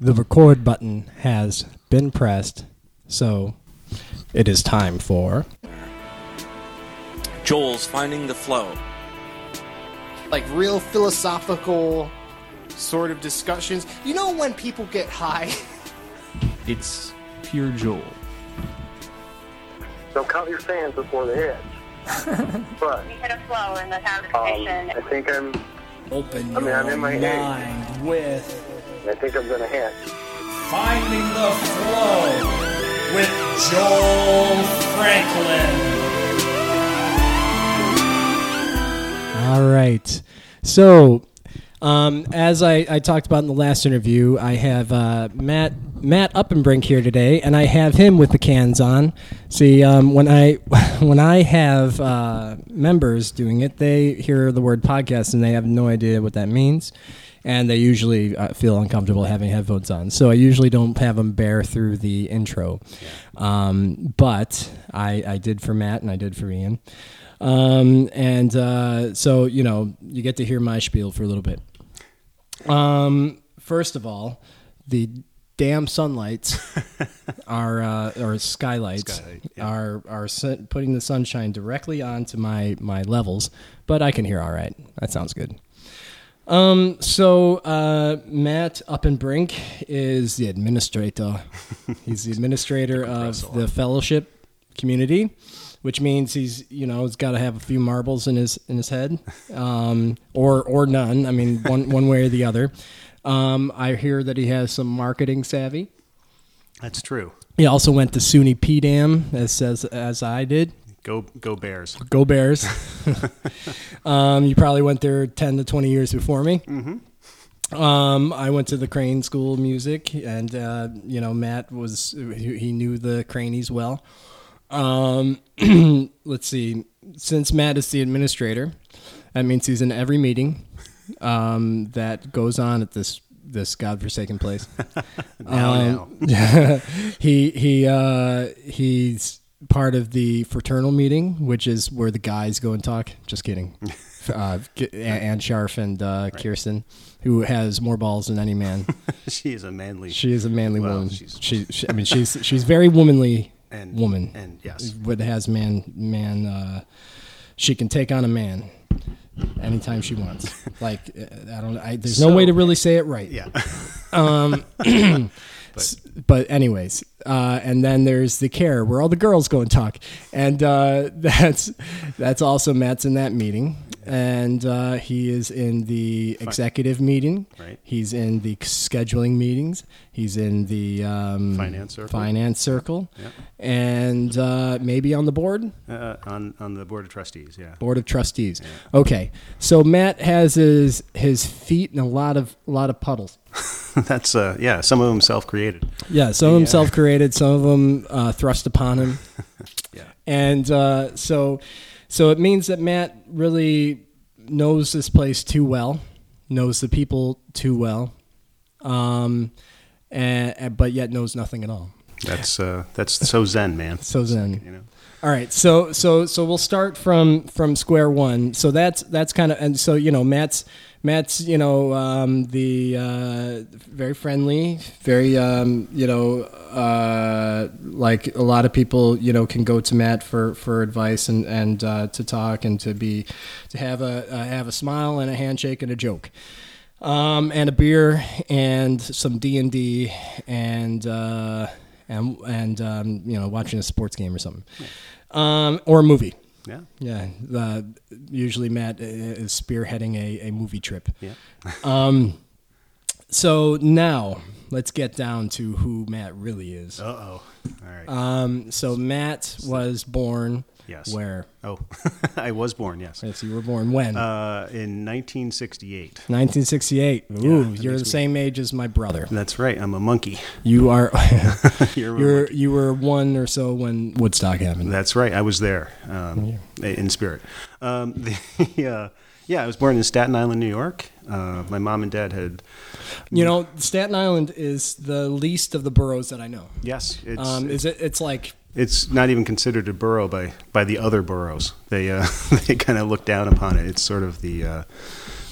The record button has been pressed, so it is time for. Joel's finding the flow. like real philosophical sort of discussions. You know when people get high? It's pure Joel. Don't count your fans before they hit. but We hit a flow in the um, conversation. I think I'm. Open I mean, I'm your in my mind head. with I think I'm gonna hit. Finding the Flow with Joel Franklin. All right. So, um, as I, I talked about in the last interview, I have uh, Matt Matt Uppenbrink here today, and I have him with the cans on. See, um, when I when I have uh, members doing it, they hear the word podcast and they have no idea what that means, and they usually uh, feel uncomfortable having headphones on. So I usually don't have them bear through the intro, um, but I, I did for Matt and I did for Ian. Um, and uh, so, you know, you get to hear my spiel for a little bit. Um, first of all, the damn sunlights are, uh, or skylights are, are sun- putting the sunshine directly onto my, my levels, but I can hear all right. That sounds good. Um, so, uh, Matt Uppenbrink is the administrator. He's the administrator of the fellowship community, which means he's, you know, he's got to have a few marbles in his, in his head, um, or, or none. I mean, one, one way or the other. Um, I hear that he has some marketing savvy. That's true. He also went to SUNY PDAM as, as, as I did. Go go Bears. Go Bears. um, you probably went there 10 to 20 years before me. Mm-hmm. Um, I went to the Crane School of Music, and, uh, you know, Matt was, he he knew the Cranies well. Um, let's see. Since Matt is the administrator, that means he's in every meeting um, that goes on at this this godforsaken place. Um, Now now. he he uh, he's part of the fraternal meeting, which is where the guys go and talk. Just kidding. uh, K- A- Ann Sharf and uh, Kirsten, who has more balls than any man. she is a manly She is a manly Well, woman. she's- she, she, I mean, she's she's very womanly and woman And yes, but has man man uh, she can take on a man anytime she wants like uh, i don't I, there's no way to really say it right yeah. but anyways uh, and then there's the care where all the girls go and talk and uh, that's that's also matt's in that meeting and uh, he is in the executive meeting Right. he's in the scheduling meetings he's in the um, Finance circle. finance circle and uh, maybe on the board uh, on on the board of trustees. Yeah, Board of Trustees. Okay, so Matt has his his feet in a lot of a lot of puddles. that's uh, yeah. Some of them self created. Yeah, some of them self created, some of them uh, thrust upon him, Yeah, and uh, so so it means that Matt really knows this place too well, knows the people too well, um, and, and- but yet knows nothing at all. that's uh, that's so zen, man. So then. You know, All right, so so so we'll start from from square one. So that's that's kind of and so you know Matt's Matt's you know um, the uh, very friendly, very um, you know uh, like a lot of people you know can go to Matt for for advice and and uh, to talk and to be to have a uh, have a smile and a handshake and a joke um, and a beer and some D and D and uh, and and um, you know watching a sports game or something, um, or a movie. yeah, Yeah, uh, usually Matt uh, is spearheading a, a movie trip. yeah. So now let's get down to who Matt really is. Uh oh. All right. Um, so Matt was born Yes. where? oh, I was born. Yes, If you were born when? uh, in 1968. 1968. Ooh, that you're the makes me- same age as my brother. That's right. I'm a monkey. You are. You're a You're you were one or so when Woodstock happened. That's right. I was there um, in spirit. Um, the, uh, yeah, I was born in Staten Island, New York. Uh, my mom and dad had You know, Staten Island is the least of the boroughs that I know. yes. It's, Um, is it? It's like it's not even considered a borough by by the other boroughs. They uh, they kind of look down upon it. It's sort of the uh,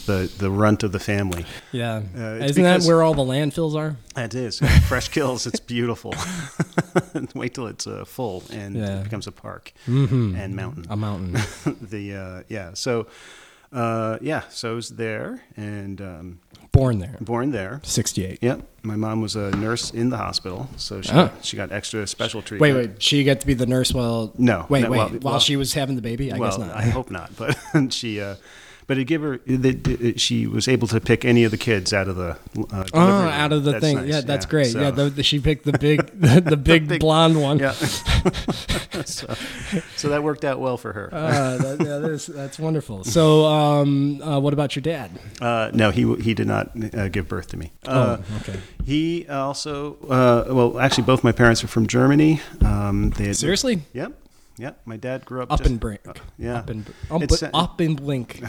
the, the runt of the family. Yeah. Uh, it's Isn't that because- where all the landfills are? It is fresh kills. It's beautiful. Wait till it's uh, full and Yeah. Mm-hmm. Um. it becomes a park and mountain. A mountain. the uh, yeah, so uh, yeah, so I was there and um, Born there. born there. 68. Yep, my mom was a nurse in the hospital, so she Ah. she got extra special treatment. Wait, wait. She got to be the nurse while. No, Wait, no, wait. well- while well- she was having the baby? I well, guess not. I hope not, but she. Uh, but it gave her. It, it, she was able to pick any of the kids out of the. Uh, Oh, delivery room. out of the That's thing. nice, Yeah, that's great. yeah, so- the, the- she picked the big, the, the big, big- blonde one. Yeah. so, so that worked out well for her. Uh, Uh, that, yeah, that is, that's wonderful. So, um, uh, what about your dad? Uh, no, he he did not uh, give birth to me. Uh, Oh, okay. He also, uh, well, actually, both my parents are from Germany. Um, they had, Seriously? Yep. Yep. My dad grew up Up just- and brink. yeah. Up and, um, It's, uh, up and blink.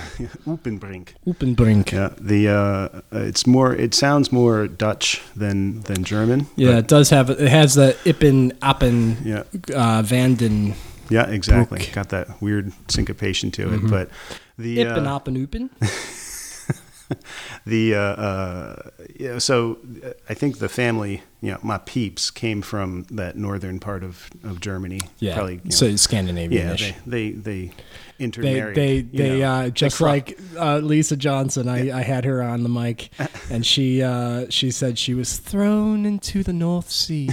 Uppenbrink. Up and brink. Yeah, Yeah. The uh, uh, it's more. It sounds more Dutch than than German. it does have, it has the Ippen, Appen, Yeah. uh, Vanden, Yeah. Exactly. Broek. Mm-hmm. Got that weird syncopation to it, but the Ippen, uh, Appen, Upen. the uh, uh, yeah, so uh, I think the family, you know, my peeps came from that northern part of, of Germany. Yeah. probably. you know, so Scandinavian yeah, ish. they they, they They, intermarried. they, you they, know. uh, just cro- like uh, Lisa Johnson. I, I had her on the mic, and she, uh, she said she was thrown into the North Sea.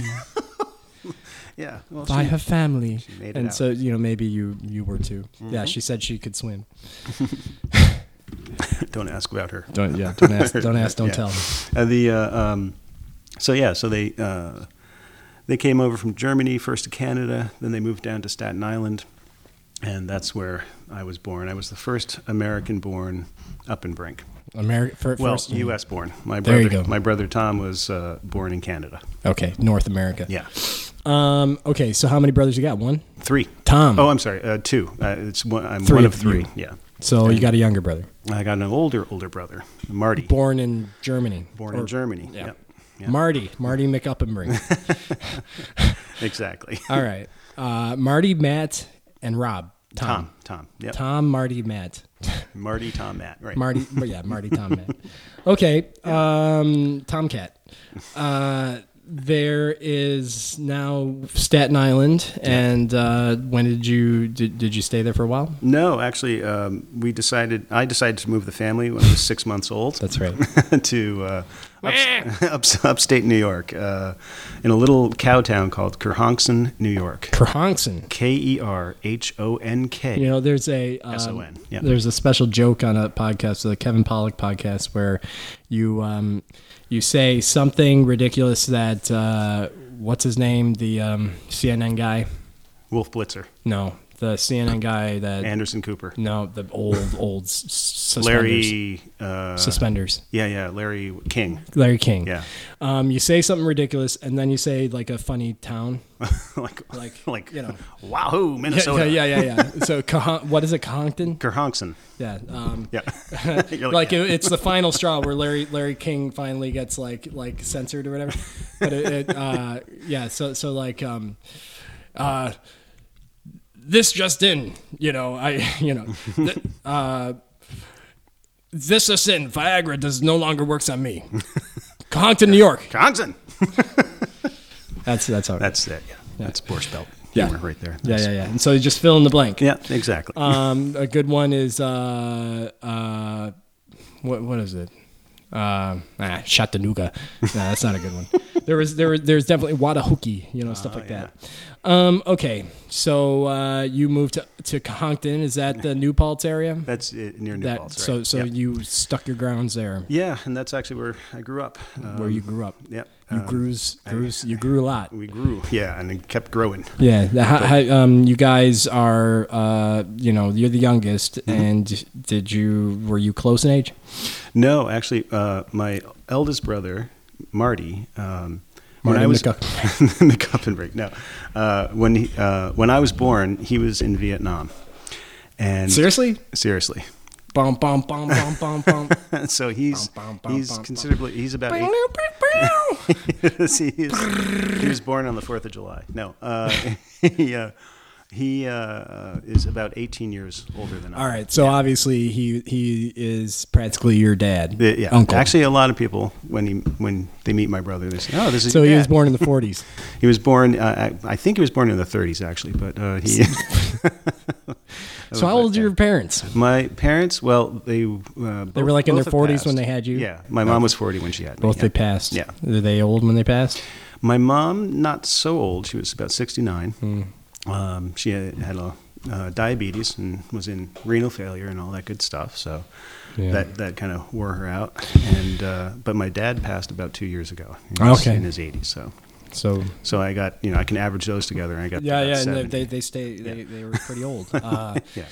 yeah, well, by she- her family. made it and out. Mm-hmm. so you know maybe you you were too. Yeah, she said she could swim. don't ask about her. Don't yeah. Don't ask. Don't ask. Don't Yeah. tell. Uh, the uh, um, so yeah, so they uh, they came over from Germany first to Canada, then they moved down to Staten Island, and that's where I was born. I was the first American-born up in Brink. America for, Well, first. U.S. born. My There brother, you go. my brother Tom was uh, born in Canada. Okay, North America. Yeah, Um. Okay. So how many brothers you got? One. three. Tom. Oh, I'm sorry, uh, two. Uh, it's one. I'm Hmm. Three one of of three. you. Yeah, So you got a younger brother, I got an older older brother, Marty, born, born in Germany. in Or- Germany. yeah. Yeah, Marty. Marty McUppenbrink. exactly. All right. Uh, Marty, Matt, and Rob. Tom. Tom, Tom, yeah, Tom. Marty. Matt. Marty, Tom, Matt, right? Marty, yeah, Marty Tomcat. Okay, um, Tomcat. Uh, there is now Staten Island, and uh, when did you did, did you stay there for a while? No, actually, um, we decided. I decided to move the family when I was six months old. That's right. to uh, ups, ups, upstate New York, uh, in a little cow town called Kerhonkson, New York. Kerhonkson. K E R H O N K. You know, there's a um, S.O.N., yeah. there's a special joke on a podcast, the Kevin Pollock podcast, where you um, you say something ridiculous that uh, what's his name, the um, CNN guy? Wolf Blitzer, No, the CNN guy that Anderson Cooper, No, the old old s- s- suspenders. Larry. Uh, suspenders. yeah, yeah, Larry King. Larry King. Yeah, Um, you say something ridiculous, and then you say like a funny town. like Like, like like you know. Wahoo, Yeah, Minnesota. yeah, yeah, yeah. yeah. so Cahon- what is it, Conkton? Kerhonkson. Yeah. Um, Yeah. You're Like yeah. it, it's the final straw where Larry Larry King finally gets like like censored or whatever. But it, it uh, yeah. So so like um, uh, this just in, you know, I you know, th- uh, this just in, Viagra does no longer works on me. Conkton, New York. Kerhonkson. That's that's all right. That's it. Yeah. That's Borscht Belt Yeah. humor right there. yeah, That's- yeah, yeah. And so you just fill in the blank. Yeah, exactly. Um, a good one is uh, uh, what what is it? Uh, ah, Chattanooga. No, that's not a good one. There was there was- there's definitely Wadahookie, you know, stuff Oh, like that. Um, okay, so uh, you moved to to Conkton. Is that the New Paltz area? that's it, near New That Paltz, so right? so yeah. you stuck your grounds there Yeah, and that's actually where I grew up. Um, where you grew up. Yep. You um, grew grew you grew a lot. We grew. Yeah, and it kept growing. Yeah, the, how, how, um, you guys are, uh, you know, you're the youngest, Mm-hmm. and did you were you close in age? No, actually, uh, my eldest brother, Marty. Um, when Marty I was McGuck. McGuffin break. No, uh, when he, uh, when I was born, he was in Vietnam. And Seriously? seriously. Bum bum bum bum bum bum. So he's Bum, bum, bum, he's bum, bum. considerably. He's about. Eight, he, is, he was born on the Fourth of July. No, uh, he, uh, He uh, is about 18 years older than I. am. All right. So obviously he he is practically your dad. The- yeah. Uncle. Actually, a lot of people when he when they meet my brother, they say, "Oh, this is." so your he dad." was born in the 40s. He was born. Uh, I I think he was born in the 30s, actually. But uh, he. so how old are your parents? My parents, well, they uh, They were like in their 40s when they had you? Yeah, my mom was 40 when she had me. Both yeah. they passed. Yeah, Were they old when they passed? my mom not so old. She was about 69. Hmm. Um, she had, had a, uh, diabetes and was in renal failure and all that good stuff. So Yeah. that that kind of wore her out. And uh, but my dad passed about two years ago. He was Okay. in his 80s. So So so I got you know I can average those together. And I got yeah, about yeah, and 70. they, they stay. They, they were pretty old. Uh, yeah.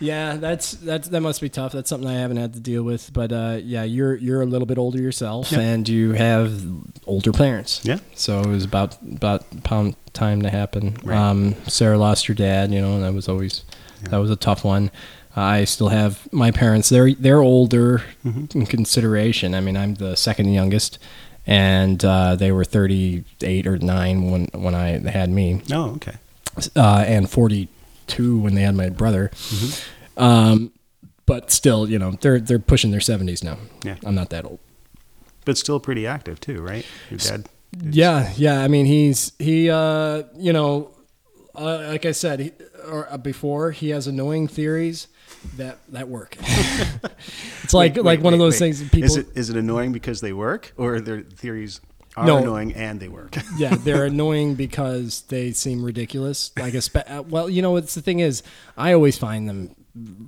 yeah, that's that's that must be tough. That's something I haven't had to deal with. But uh, yeah, you're you're a little bit older yourself, Yeah. and you have older parents. Yeah. So it was about about pound time to happen. Right. Um, Sarah lost her dad, you know, and that was always that was a tough one. I still have my parents. They're they're older Mm-hmm. in consideration. I mean, I'm the second youngest, and uh, they were 38 or nine when when I had me Oh, okay. uh, and 42 when they had my brother. Mm-hmm. Um, but still, you know, they're they're pushing their 70s now. Yeah. I'm not that old. But still pretty active too, right? Your dad. Yeah, yeah. I mean, he's he, uh, you know, uh, like I said he, or uh, before, he has annoying theories that that work. it's like Wait, like wait, one of wait, those wait. things that people. Is it is it annoying because they work, or their theories are No. annoying and they work? yeah, they're annoying because they seem ridiculous. Like, a spe- uh, well, you know, it's the thing is, I always find them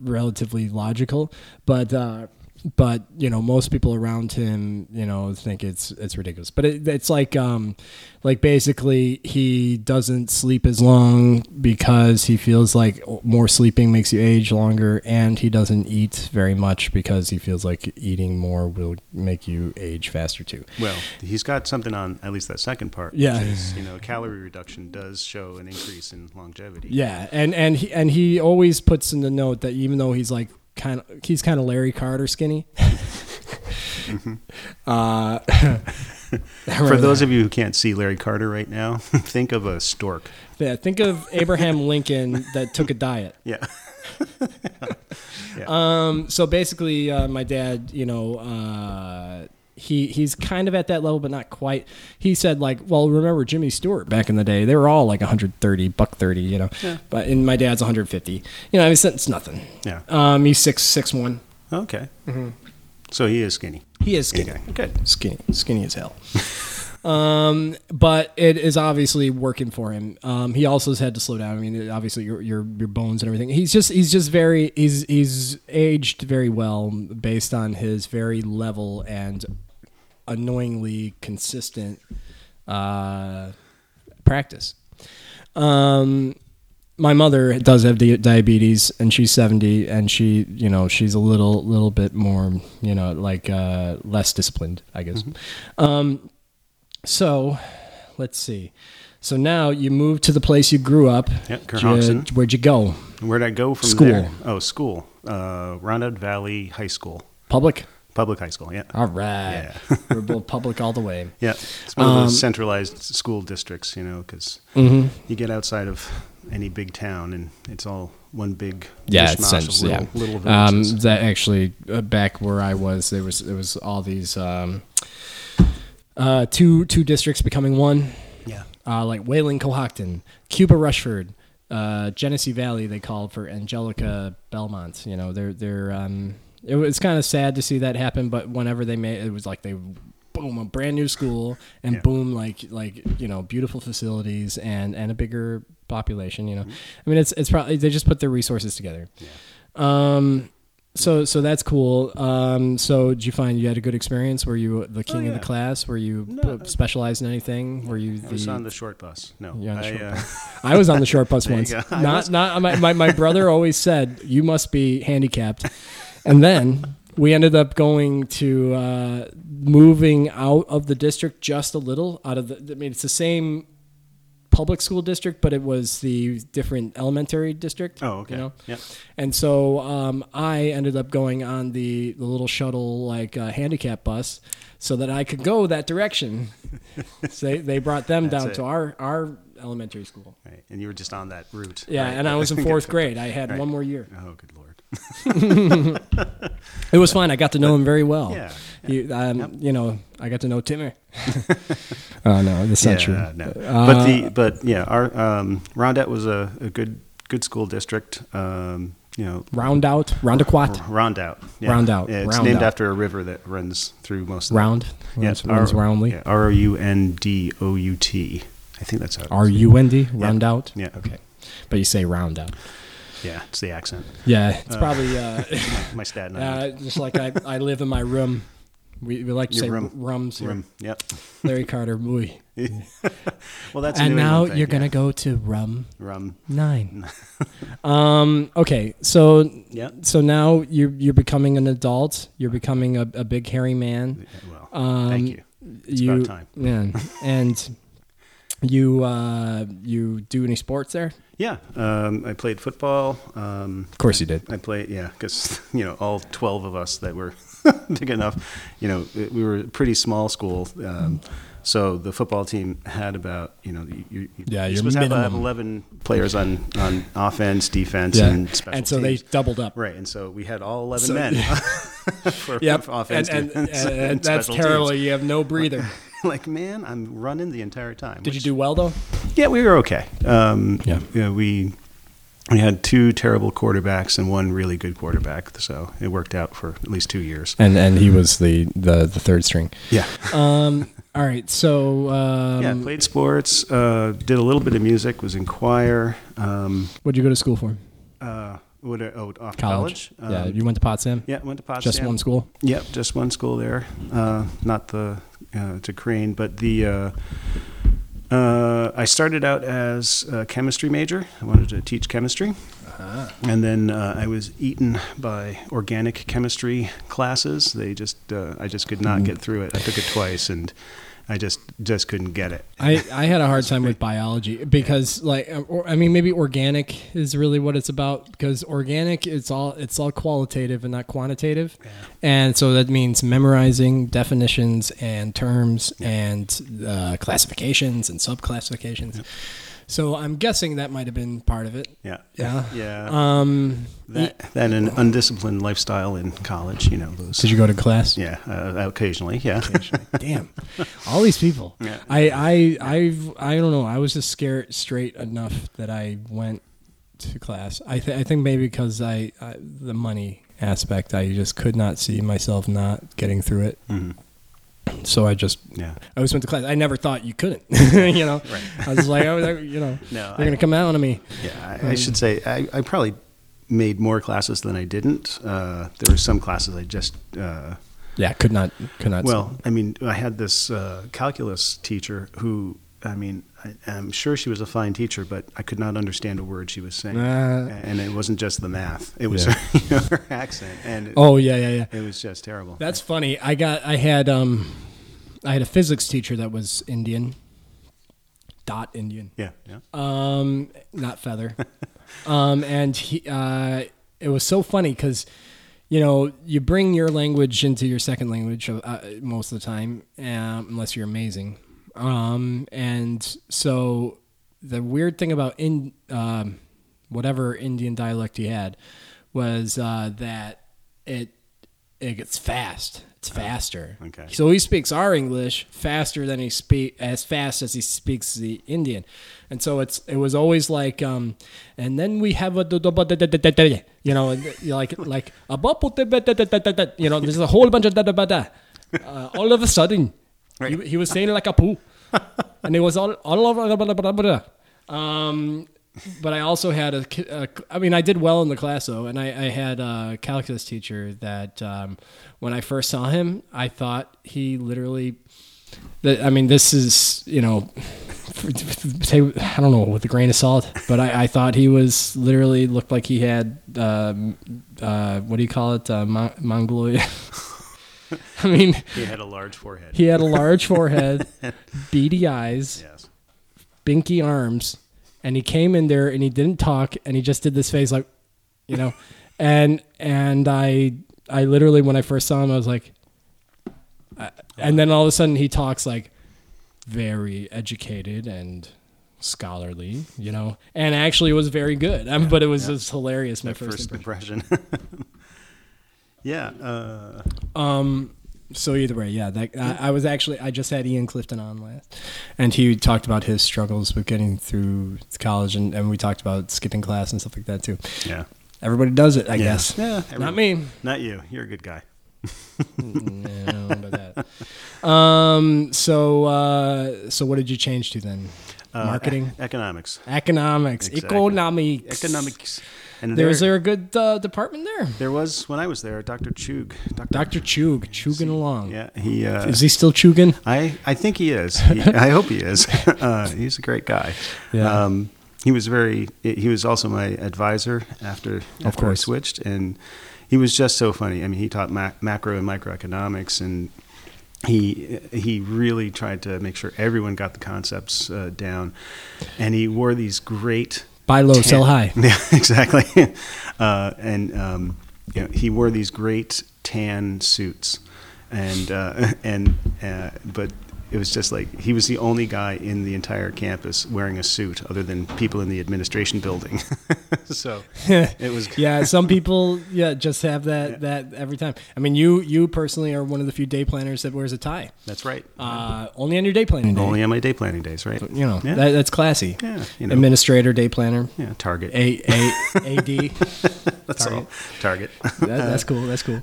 relatively logical, but uh, but you know, most people around him, you know, think it's it's ridiculous. But it, it's like um, like basically, he doesn't sleep as long because he feels like more sleeping makes you age longer, and he doesn't eat very much because he feels like eating more will make you age faster too. Well, he's got something on at least that second part. Yeah. which is, you know, calorie reduction does show an increase in longevity. Yeah, and and he and he always puts in the note that even though he's like kind of he's kind of Larry Carter skinny. uh, Mm-hmm. For those of you who can't see Larry Carter right now, think of a stork. yeah, think of Abraham Lincoln that took a diet. Yeah. so basically, uh, my dad, you know, uh, he he's kind of at that level, but not quite. He said like, well, remember Jimmy Stewart back in the day? They were all like 130, buck 30, you know. But and my dad's 150. You know, I mean, it's, it's nothing. Yeah. Um, he's six six one. Okay. mm-hmm. So he is skinny. He is skinny. Okay. Good. skinny, skinny as hell. um, but it is obviously working for him. Um, he also has had to slow down. I mean, it- obviously your your your bones and everything. He's just he's just very he's he's aged very well based on his very level and annoyingly consistent uh, practice. Um, my mother does have di- diabetes and she's 70 and she you know she's a little little bit more you know like uh less disciplined i guess Mm-hmm. um so let's see so now you moved to the place you grew up Yep, J- Kerhonkson. where'd you go Where'd I go from School. there? Oh, school. Uh, Rondout Valley High School, public public high school. Yeah. all right Yeah. we're both public all the way Yeah, it's one um, of those centralized school districts, you know, because Mm-hmm. you get outside of any big town and it's all one big yeah, mishmash it's sense, of little, yeah. little um, villages. that actually uh, back where I was, there was there was all these um, uh, two two districts becoming one, yeah, uh, like Wayland Cohocton, Cuba Rushford, uh, Genesee Valley. They called for Angelica Belmont. You know, they're they're. Um, it was kind of sad to see that happen, but whenever they made it was like they boom a brand new school and Yeah. boom like like you know beautiful facilities and and a bigger population. You know, Mm-hmm. I mean it's it's probably they just put their resources together. Um. So, so that's cool. Um, so, did you find you had a good experience? Were you the king of Oh, yeah. uh, the class? Were you p- specialized in anything? Were you I was the on the short bus. No, You're on the I, short uh, I was on the short bus There you once. go. I Not, was- not my, my, my brother always said you must be handicapped, and then we ended up going to uh, moving out of the district just a little out of the. I mean, it's the same public school district, but it was the different elementary district. oh, okay, You know? yeah, And so um, I ended up going on the, the little shuttle like uh, handicap bus so that I could go that direction. so they, they brought them down it. to our our elementary school. Right. And you were just on that route. Yeah, right? and I was in fourth grade. I had Right. one more year. Oh, good lord. It was fine. I got to know him very well. Yeah, He, um, Yep. You know, I got to know Timmy. oh no, that's not true. Yeah, no. Uh, but the but yeah, our um, Rondette was a, a good good school district. Um, you know, Round out, roundaquat, Rondout. Yeah. Rondout, Yeah, it's Rondout. named after a river that runs through most of round. The, Runs- runs roundly. Yeah, R O U N D O U T. I think that's how. it R is. U N D, round out. Yeah. Okay, but you say round out. Yeah, it's the accent. Yeah, it's probably uh, My Staten uh, Island. just like I, I live in my room. We, we like to Your say room. rums here. Rum. Yep. Larry Carter, boy. Well, that's a And New England now thing, you're gonna yeah. go to rum rum. nine. um. Okay. So Yeah. so now you're you're becoming an adult. You're becoming a, a big hairy man. Well, Um, thank you. It's you, about time. Yeah. And you uh you do any sports there? Yeah, um, I played football. Um, Of course you did. I played, yeah, because you know all twelve of us that were big enough, you know, it- we were a pretty small school, um, so the football team had about you know you, you, Yeah, you're your supposed to have minimum. about eleven players on on offense, defense, and special And so teams. they doubled up. right, and so we had all eleven So- men for Yep. offense, and, and, defense, and, and that's special terrible. teams. You have no breather. Like man, I'm running the entire Did time. which- you do well though? yeah, we were okay. Um, Yeah. yeah. we we had two terrible quarterbacks and one really good quarterback, so it worked out for at least two years. And and he was the the, the third string. Yeah, Um. all right. So um, yeah. Played sports, uh, did a little bit of music, was in choir. Um, what'd you go to school for? uh, what? Oh, off College. to college. yeah. Um, You went to Potsdam. yeah, went to Potsdam. Just one school. Yep, just one school there. Uh, not the uh, to Crane, but the. Uh, uh, I started out as a chemistry major. I wanted to teach chemistry, Uh-huh. and then uh, I was eaten by organic chemistry classes. They just, uh, I just could Mm-hmm. not get through it. I took it twice, and I just just couldn't get it. I, I had a hard time with biology because like uh, or, I mean maybe organic is really what it's about because organic it's all it's all qualitative and not quantitative, and so that means memorizing definitions and terms and uh, classifications and subclassifications. So I'm guessing that might have been part of it. Yeah, Yeah. yeah. Um, that, that and an undisciplined lifestyle in college. You know those. did you go to class? Yeah, uh, occasionally. Yeah. Damn, all these people. Yeah. I I I've, I don't know. I was just scared straight enough that I went to class. I th- I think maybe because I, I the money aspect, I just could not see myself not getting through it. Mm-hmm. So I just Yeah. I always went to class. I never thought you couldn't. you know, I was like, oh, they're- you know, No, they're I- gonna come out on me. Yeah, Hmm. I, I should say I, I probably made more classes than I didn't. Uh, there were some classes I just. Uh, Yeah, could not could not. well, I mean, I had this uh, calculus teacher who, I mean, I, I'm sure she was a fine teacher, but I could not understand a word she was saying, Uh. and it wasn't just the math; it was Yeah. her, you know, her accent, and it, oh yeah yeah yeah. it was just terrible. That's funny. I got I had um I had a physics teacher that was Indian. Dot Indian. yeah, yeah. Um not feather. um and he uh it was so funny cuz you know, you bring your language into your second language uh, most of the time, um, unless you're amazing. Um, and so the weird thing about in um, whatever Indian dialect he had was uh, that it it gets fast. It's faster. okay. So he speaks our English faster than he speak as fast as he speaks the Indian, and so it's it was always like, um, and then we have a do- do- do- do- do- do- do- you know and you're like like a bu- bu- bu- bu- bu- bu- bu- bu- you know there's a whole bunch of da da da da. Uh, All of a sudden, he, he was saying it like a poo, and it was all all over. Blah, blah, blah, blah, blah. Um, but I also had a, ki- a- I mean, I did well in the class though, and I, I had a calculus teacher that um, when I first saw him, I thought he literally. That, I mean, this is you know, say I don't know with a grain of salt, but I, I thought he was literally looked like he had um, uh, what do you call it, uh, Mon- Mongoloid. I mean, He had a large forehead. he had a large forehead, beady eyes yes. binky arms and he came in there and he didn't talk and he just did this face like you know and and i i literally when i first saw him i was like I, and then all of a sudden he talks like very educated and scholarly, you know, and actually was very good. Um, but it was yeah. just hilarious. My My first, first impression. impression. yeah. Uh, So either way, yeah, that I, I was actually I just had Ian Clifton on last, and he talked about his struggles with getting through college, and, and we talked about skipping class and stuff like that too. yeah. Everybody does it, I Yeah. guess. Yeah, Not everyone- me. Not you. You're a good guy. I don't know about that. Um. So uh. So what did you change to then? Uh, Marketing, e- economics. economics, Exactly. economics, Economics. And There is there, there a good uh, department there? there was, when I was there, Dr. Chug. Doctor Chug, chugging along. Yeah, he. Uh, Is he still chugging? I, I think he is. He, I hope he is. Uh, he's a great guy. Yeah. Um, he was very. He was also my advisor after, after course. I switched, and he was just so funny. I mean, he taught mac- macro and microeconomics, and he he really tried to make sure everyone got the concepts uh, down. And he wore these great Buy low, sell tan- high. Yeah, exactly. Uh, and um, you know, he wore these great tan suits, and uh, and uh, but it was just like he was the only guy in the entire campus wearing a suit, other than people in the administration building. so it was yeah, some people yeah just have that that every time. I mean, you you personally are one of the few day planners that wears a tie. That's right. Uh, only on your day planning day. only on my day planning days, right? you know yeah, that, that's classy. Yeah, you know. Administrator, day planner, yeah Target. a a a d. that's all. Uh, Target. That, that's cool. That's cool.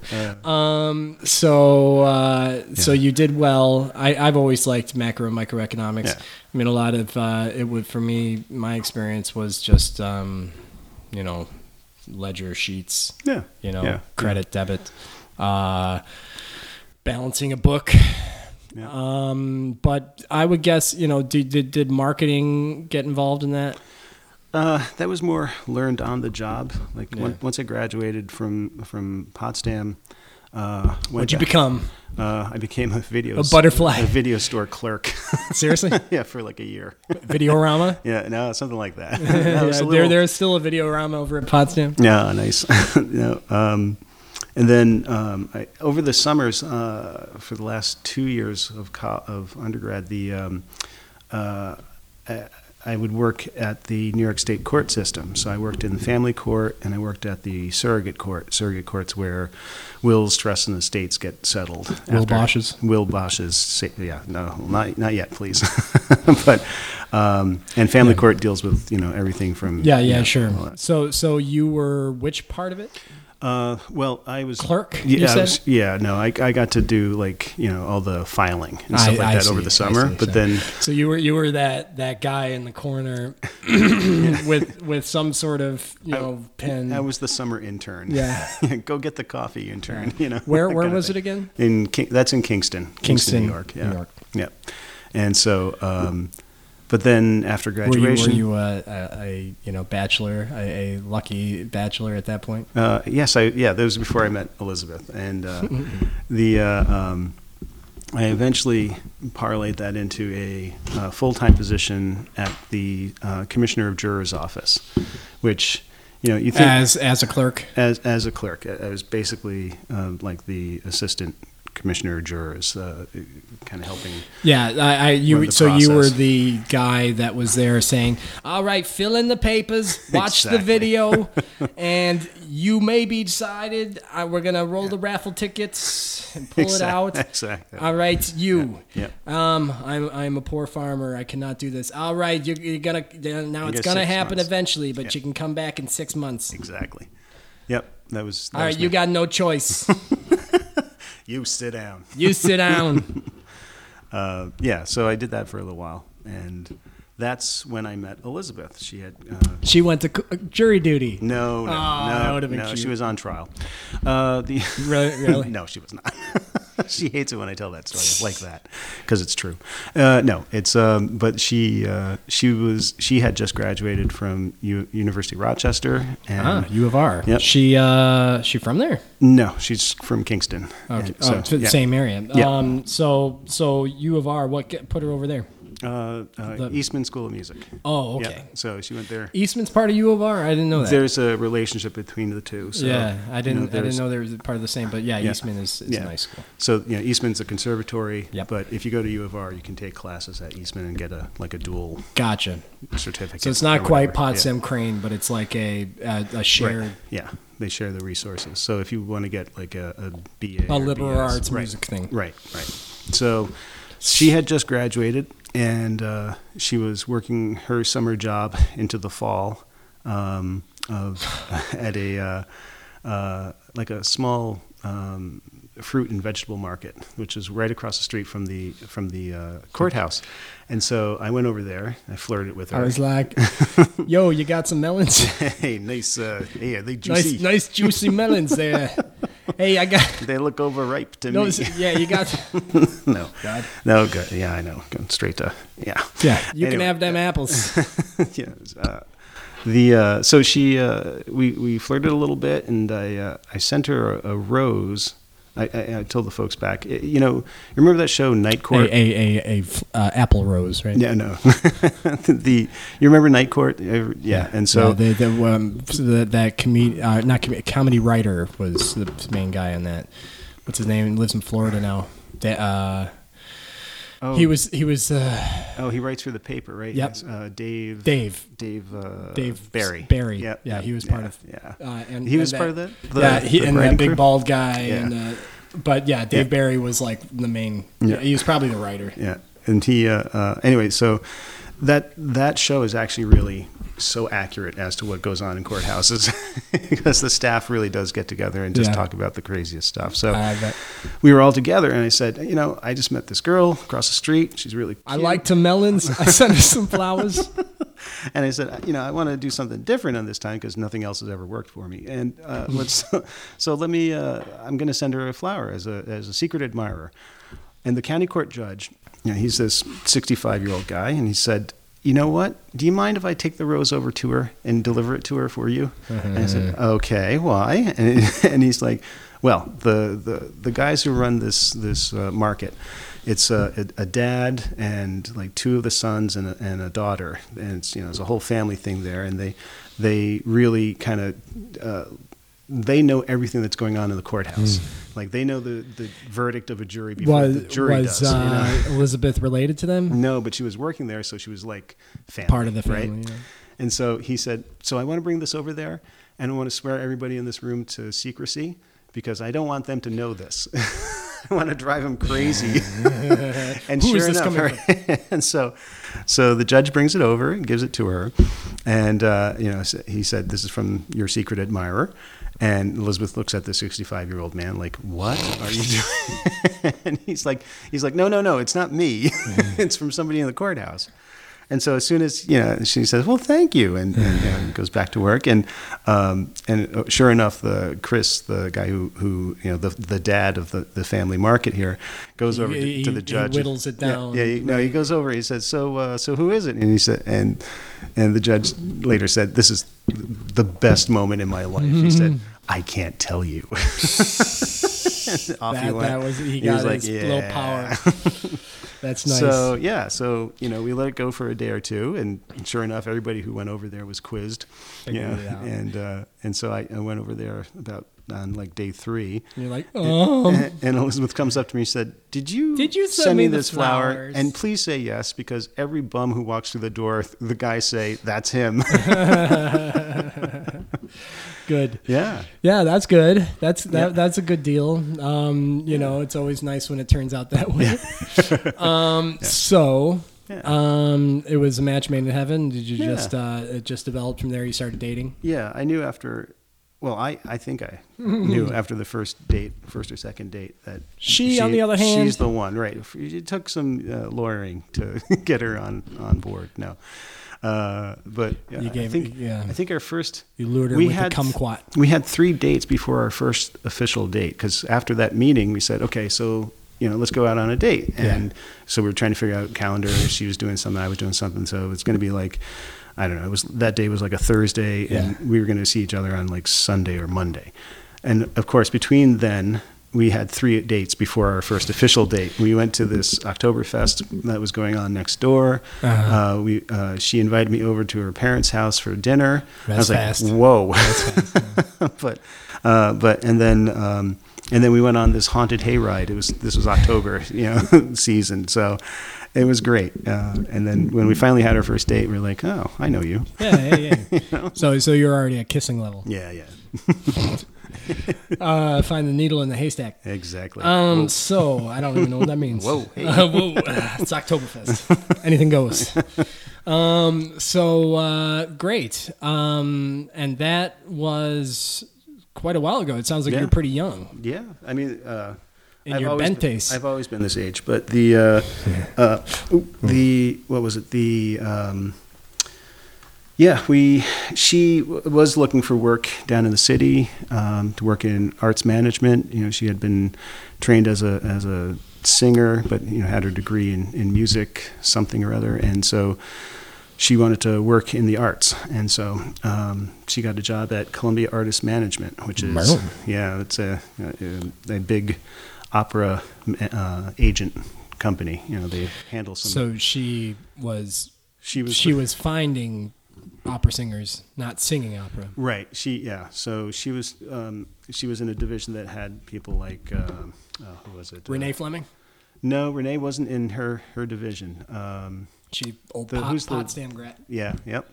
um, so uh, so you did well. I, I've always liked macro and microeconomics. Yeah. I mean, a lot of uh, it would for me. My experience was just um, you know ledger sheets. Yeah. You know, Yeah. credit, debit, uh, balancing a book. Yeah. Um, but I would guess you know did, did did marketing get involved in that? Uh, that was more learned on the job. Like Yeah. on- once I graduated from from Potsdam, uh, went What'd you back- become? Uh, I became a video A butterfly. a video store clerk. Seriously, yeah, for like a year. Videorama. Yeah, no, something like that. Yeah, That was a there, little- there's still a Videorama over at Potsdam. Yeah, nice. no, um, and then um, I, over the summers, uh, for the last two years of co- of undergrad, the um, uh, I, I would work at the New York State court system. So I worked in the family court and I worked at the surrogate court. Surrogate courts where wills, trusts, and estates get settled. Will after- Bosch's? Will Bosch's. sa- Yeah, no, not not yet, please. but um, and family court deals with you know everything from Yeah, yeah, you know, sure. all that. So, so you were which part of it? Uh, well, I was Clerk, Yeah, you I said? was- yeah, no, I, I got to do like you know all the filing and I- stuff like I that see, over the I summer. see, but so- then So you were you were that that guy in the corner with with some sort of you know pen. I was the summer intern. Yeah. go get the coffee intern. You know where that where kind of was it thing. again? In King, that's in Kingston, Kingston, Kingston, New York. New Yeah, York. yeah. And so, um, but then after Were you, were graduation, you a, a, a you know bachelor a, a lucky bachelor at that point? Uh, yes, I yeah, that was before I met Elizabeth, and uh, the uh, um, I eventually parlayed that into a uh, full time position at the uh, Commissioner of Jurors Office, which you know you think As as a clerk, as as a clerk, I I was basically um, like the assistant commissioner of jurors, uh, kind of helping. yeah. I, I Run you the so you were process. the guy that was there saying, "All right, fill in the papers, watch Exactly. the video, and you may be decided. Uh, we're gonna roll the raffle tickets and pull it Exact- out. exactly. All right, you. Yeah, Um, I'm I'm a poor farmer. I cannot do this. All right, you're, you're gonna now it's get gonna six happen months. eventually, but you Yeah. can come back in six months. Exactly. Yep, that was. That All right, was you me. got no choice. you sit down. you sit down. uh, yeah, so I did that for a little while, and that's when I met Elizabeth. She had uh, She went to c- jury duty. no, no, Aw, Oh, that no, would've been no. She cute. was on trial. Uh, the Really? really? no, she was not. she hates it when I tell that story like that because it's true. Uh, no, it's um, but she uh, she was she had just graduated from U- University of Rochester, Ah, and U of R. Yep. She uh she from there? no, she's from Kingston. Okay. And oh, so, to the yeah. same area. Yeah. Um so so U of R what get, put her over there? Uh, uh, The- Eastman School of Music. Oh, Yeah, okay. So she went there. Eastman's part of U of R. I didn't know that. There's a relationship between the two. So, yeah, I you didn't. I there's- didn't know they were part of the same. But yeah, Yeah. Eastman is, is Yeah. a nice school. So you know, Eastman's a conservatory, Yep. but if you go to U of R, you can take classes at Eastman and get a like a dual Gotcha. certificate. So it's or not quite whatever. Yeah. Potsdam Crane, but it's like a a, a shared Right. Yeah, they share the resources. So if you want to get like a, a BA, a or liberal BS, arts right, music thing. Right, right. So she had just graduated, and uh, she was working her summer job into the fall um, of at a uh, uh, like a small um, fruit and vegetable market, which is right across the street from the from the uh, courthouse. And so I went over there. I flirted with her. I was like, "Yo, you got some melons? "Hey, nice. Uh, hey, are they juicy? nice, nice juicy melons there. hey, I got They look overripe to me." those. Yeah, you got. no. No, good. Yeah, I know. Going straight to yeah. Yeah, you can Anyway. have them apples. yeah. it was, Uh, the uh, so she uh, we we flirted a little bit, and I uh, I sent her a, a rose. I, I, I told the folks back, y- you know, remember that show Night Court? a a uh, apple rose, right? Yeah, no. the you remember Night Court? Uh, yeah, and so So the, the, um, so the, that comedy, uh, not com- comedy writer was the main guy on that. What's his name? Lives in Florida now. Da- uh, He was he was uh, oh, he writes for the paper, right? Yep. Yes, Uh, Dave. Dave. Dave. Uh, Dave Barry. Barry. Yep, Yeah, yep, he was part yeah, of- Yeah. uh, and he and was part of that. The- yeah, he, the and writing that big crew? bald guy. Yeah. And uh, but yeah, Dave Yeah. Barry was like the main. Yeah. he was probably the writer. yeah and he uh, uh, anyway so that that show is actually really so accurate as to what goes on in courthouses because the staff really does get together and just Yeah. talk about the craziest stuff so I bet. we were all together and i said you know i just met this girl across the street she's really I cute." liked to melons. I sent her some flowers. and i said you know i want to do something different on this time because nothing else has ever worked for me and uh, let's so let me uh, i'm going to send her a flower as a as a secret admirer and the county court judge, you know, he's this 65 year old guy, and he said, You know what? Do you mind if I take the rose over to her and deliver it to her for you? And I said, Okay, why? And, and he's like, Well, the, the, the guys who run this, this uh, market, it's a, a, a dad and like two of the sons and a, and a daughter. And it's, you know, it's a whole family thing there. And they, they really kind of uh, they know everything that's going on in the courthouse. Like they know the, the verdict of a jury before was the jury was does. you know? uh, Elizabeth related to them? No, but she was working there, so she was like family, Part of the family, right? yeah. And so he said, "So I want to bring this over there, and I want to swear everybody in this room to secrecy because I don't want them to know this. I want to drive them crazy." and Who sure is this enough, coming her- and so, so the judge brings it over and gives it to her, and uh, you know s- he said, "This is from your secret admirer." And Elizabeth looks at the 65 year old man like, "What are you doing?" and he's like, "He's like, no, no, no, it's not me. it's from somebody in the courthouse." And so as soon as you know, she says, "Well, thank you," and, and, and goes back to work. And um, and uh, sure enough, the Chris, the guy who who you know the the dad of the, the family market here, goes over He- to, to he- the he judge. whittles it Yeah, down. Yeah, he- no, he goes over. He says, "So uh, so who is it?" And he said, and and the judge later said, "This is the best moment in my life." He said, "I can't tell you." Off he That, went. that was he He got was like, his little "Yeah." power. That's nice. So yeah, so you know, we let it go for a day or two, and sure enough, everybody who went over there was quizzed. Yeah, Figured it out. and uh, and so I, I went over there about on like day three, And you're like, oh, and, and Elizabeth comes up to me and said, "Did you Did you send me the flowers?" And please say yes, because every bum who walks through the door, th- the guys say that's him. good. yeah, Yeah, that's good. That's that, Yeah. that's a good deal. Um, you know, it's always nice when it turns out that way. um, so Yeah. um, it was a match made in heaven. Did you Yeah. just uh, it just developed from there? You started dating. yeah. I knew after. Well, I, I think I knew after the first date, first or second date, that She, on the other hand- she's the one, right? It took some uh, lawyering to get her on, on board. No, uh, but yeah, You gave- I think yeah. I think our first You lured her we with the had kumquat. we had three dates before our first official date because after that meeting we said okay so you know let's go out on a date and so we were trying to figure out calendar she was doing something i was doing something so it's going to be like i don't know it was that day was like a thursday and we were going to see each other on like sunday or monday and of course between then we had three dates before our first official date. We went to this Oktoberfest that was going on next door. uh we uh, she invited me over to her parents' house for dinner. I That's was like, fast. whoa. but uh, but and then um, and then we went on this haunted hayride. It was this was October, you know, season. So it was great. Uh, and then when we finally had our first date, we were like, oh, I know you. Yeah, yeah, yeah. So, so you're already at kissing level. Yeah, yeah, Uh, find the needle in the haystack. exactly. Um, so I don't even know what that means. whoa, uh, whoa, uh, it's Oktoberfest. Anything goes. Um, so uh, great. Um, and that was quite a while ago. It sounds like Yeah. you're pretty young. yeah, I mean. Uh, Um, In your always bentes. Been, I've always been this age, but the uh, uh, oop, the what was it? The um, yeah, we she w- was looking for work down in the city um, to work in arts management. You know, she had been trained as a as a singer, but you know had her degree in in music something or other, and so. She wanted to work in the arts, and so um, she got a job at Columbia Artist Management, which is Wow. yeah, it's a a, a big opera uh, agent company. You know, they handle some. So she was she was she the- was finding opera singers, not singing opera. right. She yeah. So she was um, she was in a division that had people like um uh, who was it? Renee Uh, Fleming. no, Renee wasn't in her her division. Um, She old The- pot, who's the- Potsdam grad. yeah. Yep.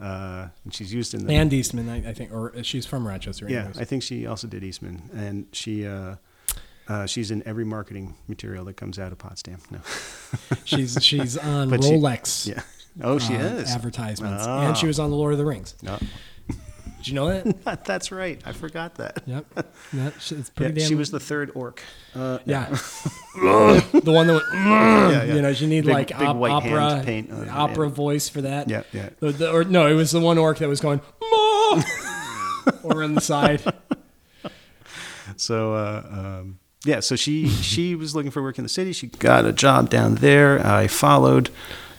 Uh, and she's used in the And Eastman, I, I think, or uh, she's from Rochester. Yeah, anyways. I think she also did Eastman, and she uh, uh, she's in every marketing material that comes out of Potsdam. No, she's she's on But she- Rolex. yeah, oh, she uh, is. advertisements, Ah. and she was on the Lord of the Rings. No, Did you know that? that's right. I forgot that. yep. That, sh- it's Yeah, pretty damn. she was the third orc. Uh, yeah. the one that went, yeah, yeah. you know, you need Big- like big op- white hand opera paint on it, opera yeah. voice for that. Yeah, yeah. The, the, or no, it was the one orc that was going "Maw!" or on the side. So uh, um, yeah, so she she was looking for work in the city. She got a job down there. I followed.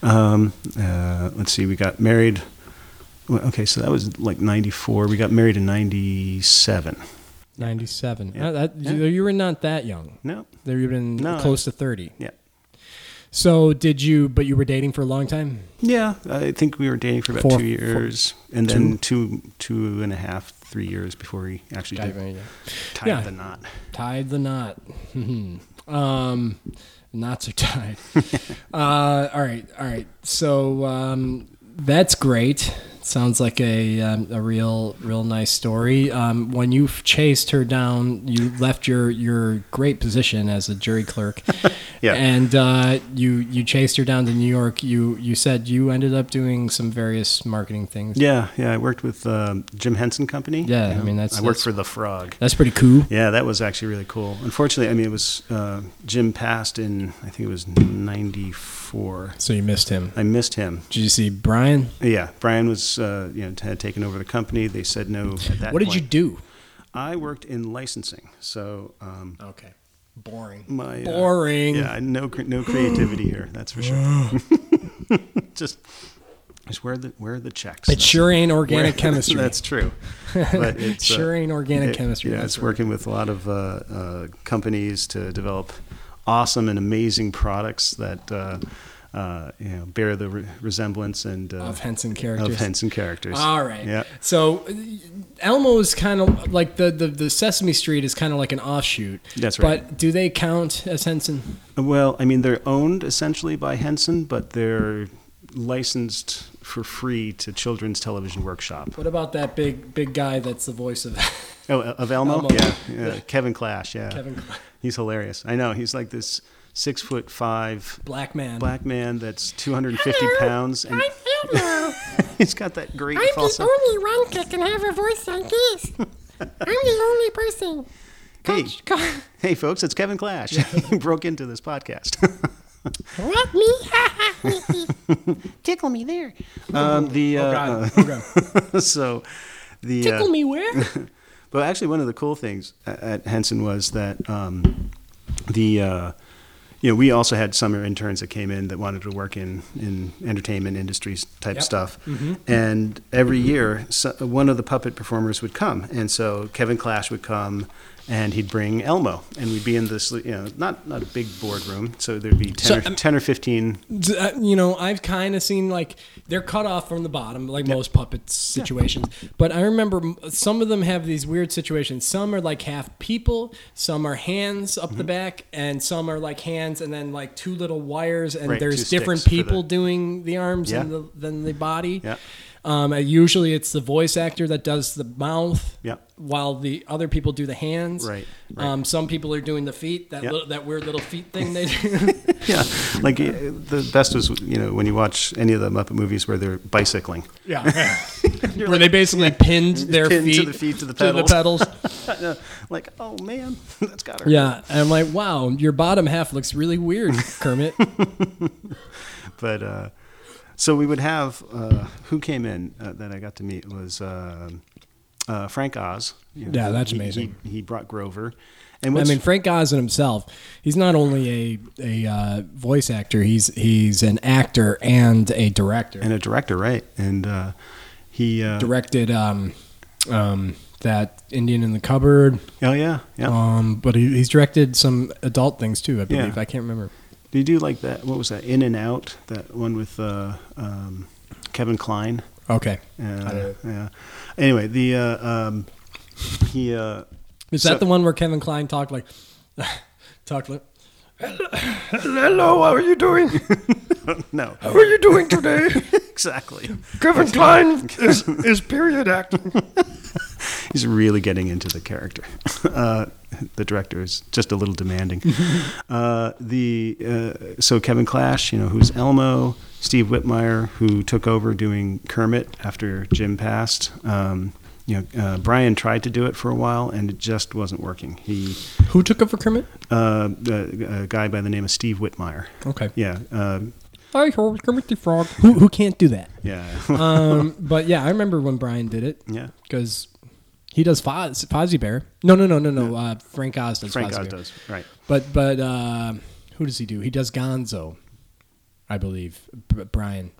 Um, uh, let's see, we got married. Well, okay, so that was like '94. We got married in '97. Ninety-seven. Yeah. Uh, that, Yeah. You, you were not that young. No, There you've been No, close to thirty. yeah. So did you? But you were dating for a long time. Yeah, I think we were dating for about Four- two years, and then two, two and a half, three years before we actually Got it, did yeah. tied Yeah. the knot. Tied the knot. Mhm. um, knots are tied. uh, all right, all right. So um, that's great. Sounds like a um, a real real nice story. Um, when you f- chased her down, you left your your great position as a jury clerk, Yeah. and uh, you you chased her down to New York. You you said you ended up doing some various marketing things. Yeah, yeah. I worked with um, Jim Henson Company. Yeah, you I mean, that's- I worked that's- for the Frog. That's pretty cool. Yeah, that was actually really cool. Unfortunately, I mean, it was uh, Jim passed in I think it was '94. So you missed him. I missed him. Did you see Brian? Yeah, Brian was uh, you know had taken over the company. They said no at that. What did you point. do? I worked in licensing, so um, Okay. Boring. my uh, Boring. Yeah, no, cre- no creativity here. That's for sure. just, just where the where are the checks? It sure ain't organic Where- chemistry. That's true. But it's, uh, sure ain't organic it- chemistry. Yeah, that's it's right. working with a lot of uh, uh, companies to develop awesome and amazing products that uh, uh, you know bear the re- resemblance and uh, Of Henson characters. of Henson characters. All right. Yeah. So uh, Elmo's kind of like the, the, the Sesame Street is kind of like an offshoot. That's right. But do they count as Henson? Well, I mean, they're owned essentially by Henson, but they're licensed for free to Children's Television Workshop. What about that big big guy that's the voice of Oh, of Elmo? Elmo. Yeah, yeah. Kevin Clash. Yeah, Kevin Clash. He's hilarious. I know. He's like this six foot five Black Man? black man that's 250 pounds, and he's got that great I'm falsetto. the only one that can have a voice like this. I'm the only person. Hey, Go- hey, folks! It's Kevin Clash. he broke into this podcast. Let me. Tickle me there. um, the uh, God. Oh, God. uh, so the uh, Tickle me where? But actually, one of the cool things a- at Henson was that um, the uh, you know we also had summer interns that came in that wanted to work in in entertainment industries type Yep. Mm-hmm. stuff, and every year so, one of the puppet performers would come, and so Kevin Clash would come. and he'd bring Elmo, and we'd be in this, you know, not not a big boardroom, so there'd be ten, So, or, um, 10 or fifteen. D- uh, you know, I've kind of seen like they're cut off from the bottom, like most puppet situations. But I remember m- some of them have these weird situations. Some are like half people, some are hands up Mm-hmm. the back, and some are like hands and then like two little wires. And Right, there's two different sticks for the- people doing the arms and Yeah. the, than the body. Yeah. Um, uh, usually it's the voice actor that does the mouth. Yeah. While the other people do the hands. Right, right. Um, some people are doing the feet. That Yeah. little, that weird little feet thing they do. Yeah, like uh, the best was you know when you watch any of the Muppet movies where they're bicycling. Yeah. Where they basically pinned their Pinned to feet, the feet to the pedals. Like, oh man, that's got her. yeah, and I'm like, wow, your bottom half looks really weird, Kermit. but uh, so we would have uh, who came in uh, that I got to meet was uh, uh, Frank Oz. You Yeah, that's he- he- amazing. He, brought Grover, and I what's, mean, Frank Oz in himself, he's not only a a uh, voice actor, he's he's an actor and a director. and a director, right? And uh, he uh, Directed um, um, that Indian in the cupboard, Oh yeah, yeah. um, but he, he's directed some adult things too. I believe Yeah. I can't remember. Did you do like that? What was that? In and Out, that one with uh, um, Kevin Klein. Okay, Uh, yeah. Anyway, the uh, um, he uh, is So- that the one where Kevin Klein talked like talked like? Hello, how are you doing? no. How are you doing today? exactly. Kevin Klein is, is period acting. He's really getting into the character. Uh, the director is just a little demanding. uh, the uh, so Kevin Clash, you know, who's Elmo, Steve Whitmire, who took over doing Kermit after Jim passed. Um, you know, uh, Brian tried to do it for a while, and it just wasn't working. He Who took over Kermit? uh, a, a guy by the name of Steve Whitmire. Okay. Yeah, uh, I heard Kermit the Frog. Who, who can't do that? yeah, Um, but yeah, I remember when Brian did it yeah. because he does Foz, Fozzie Bear. No, no, no, no, no. Uh, Frank Oz does Frank Fozzie Oz Bear. does right. But but uh, who does he do? He does Gonzo, I believe. B- Brian.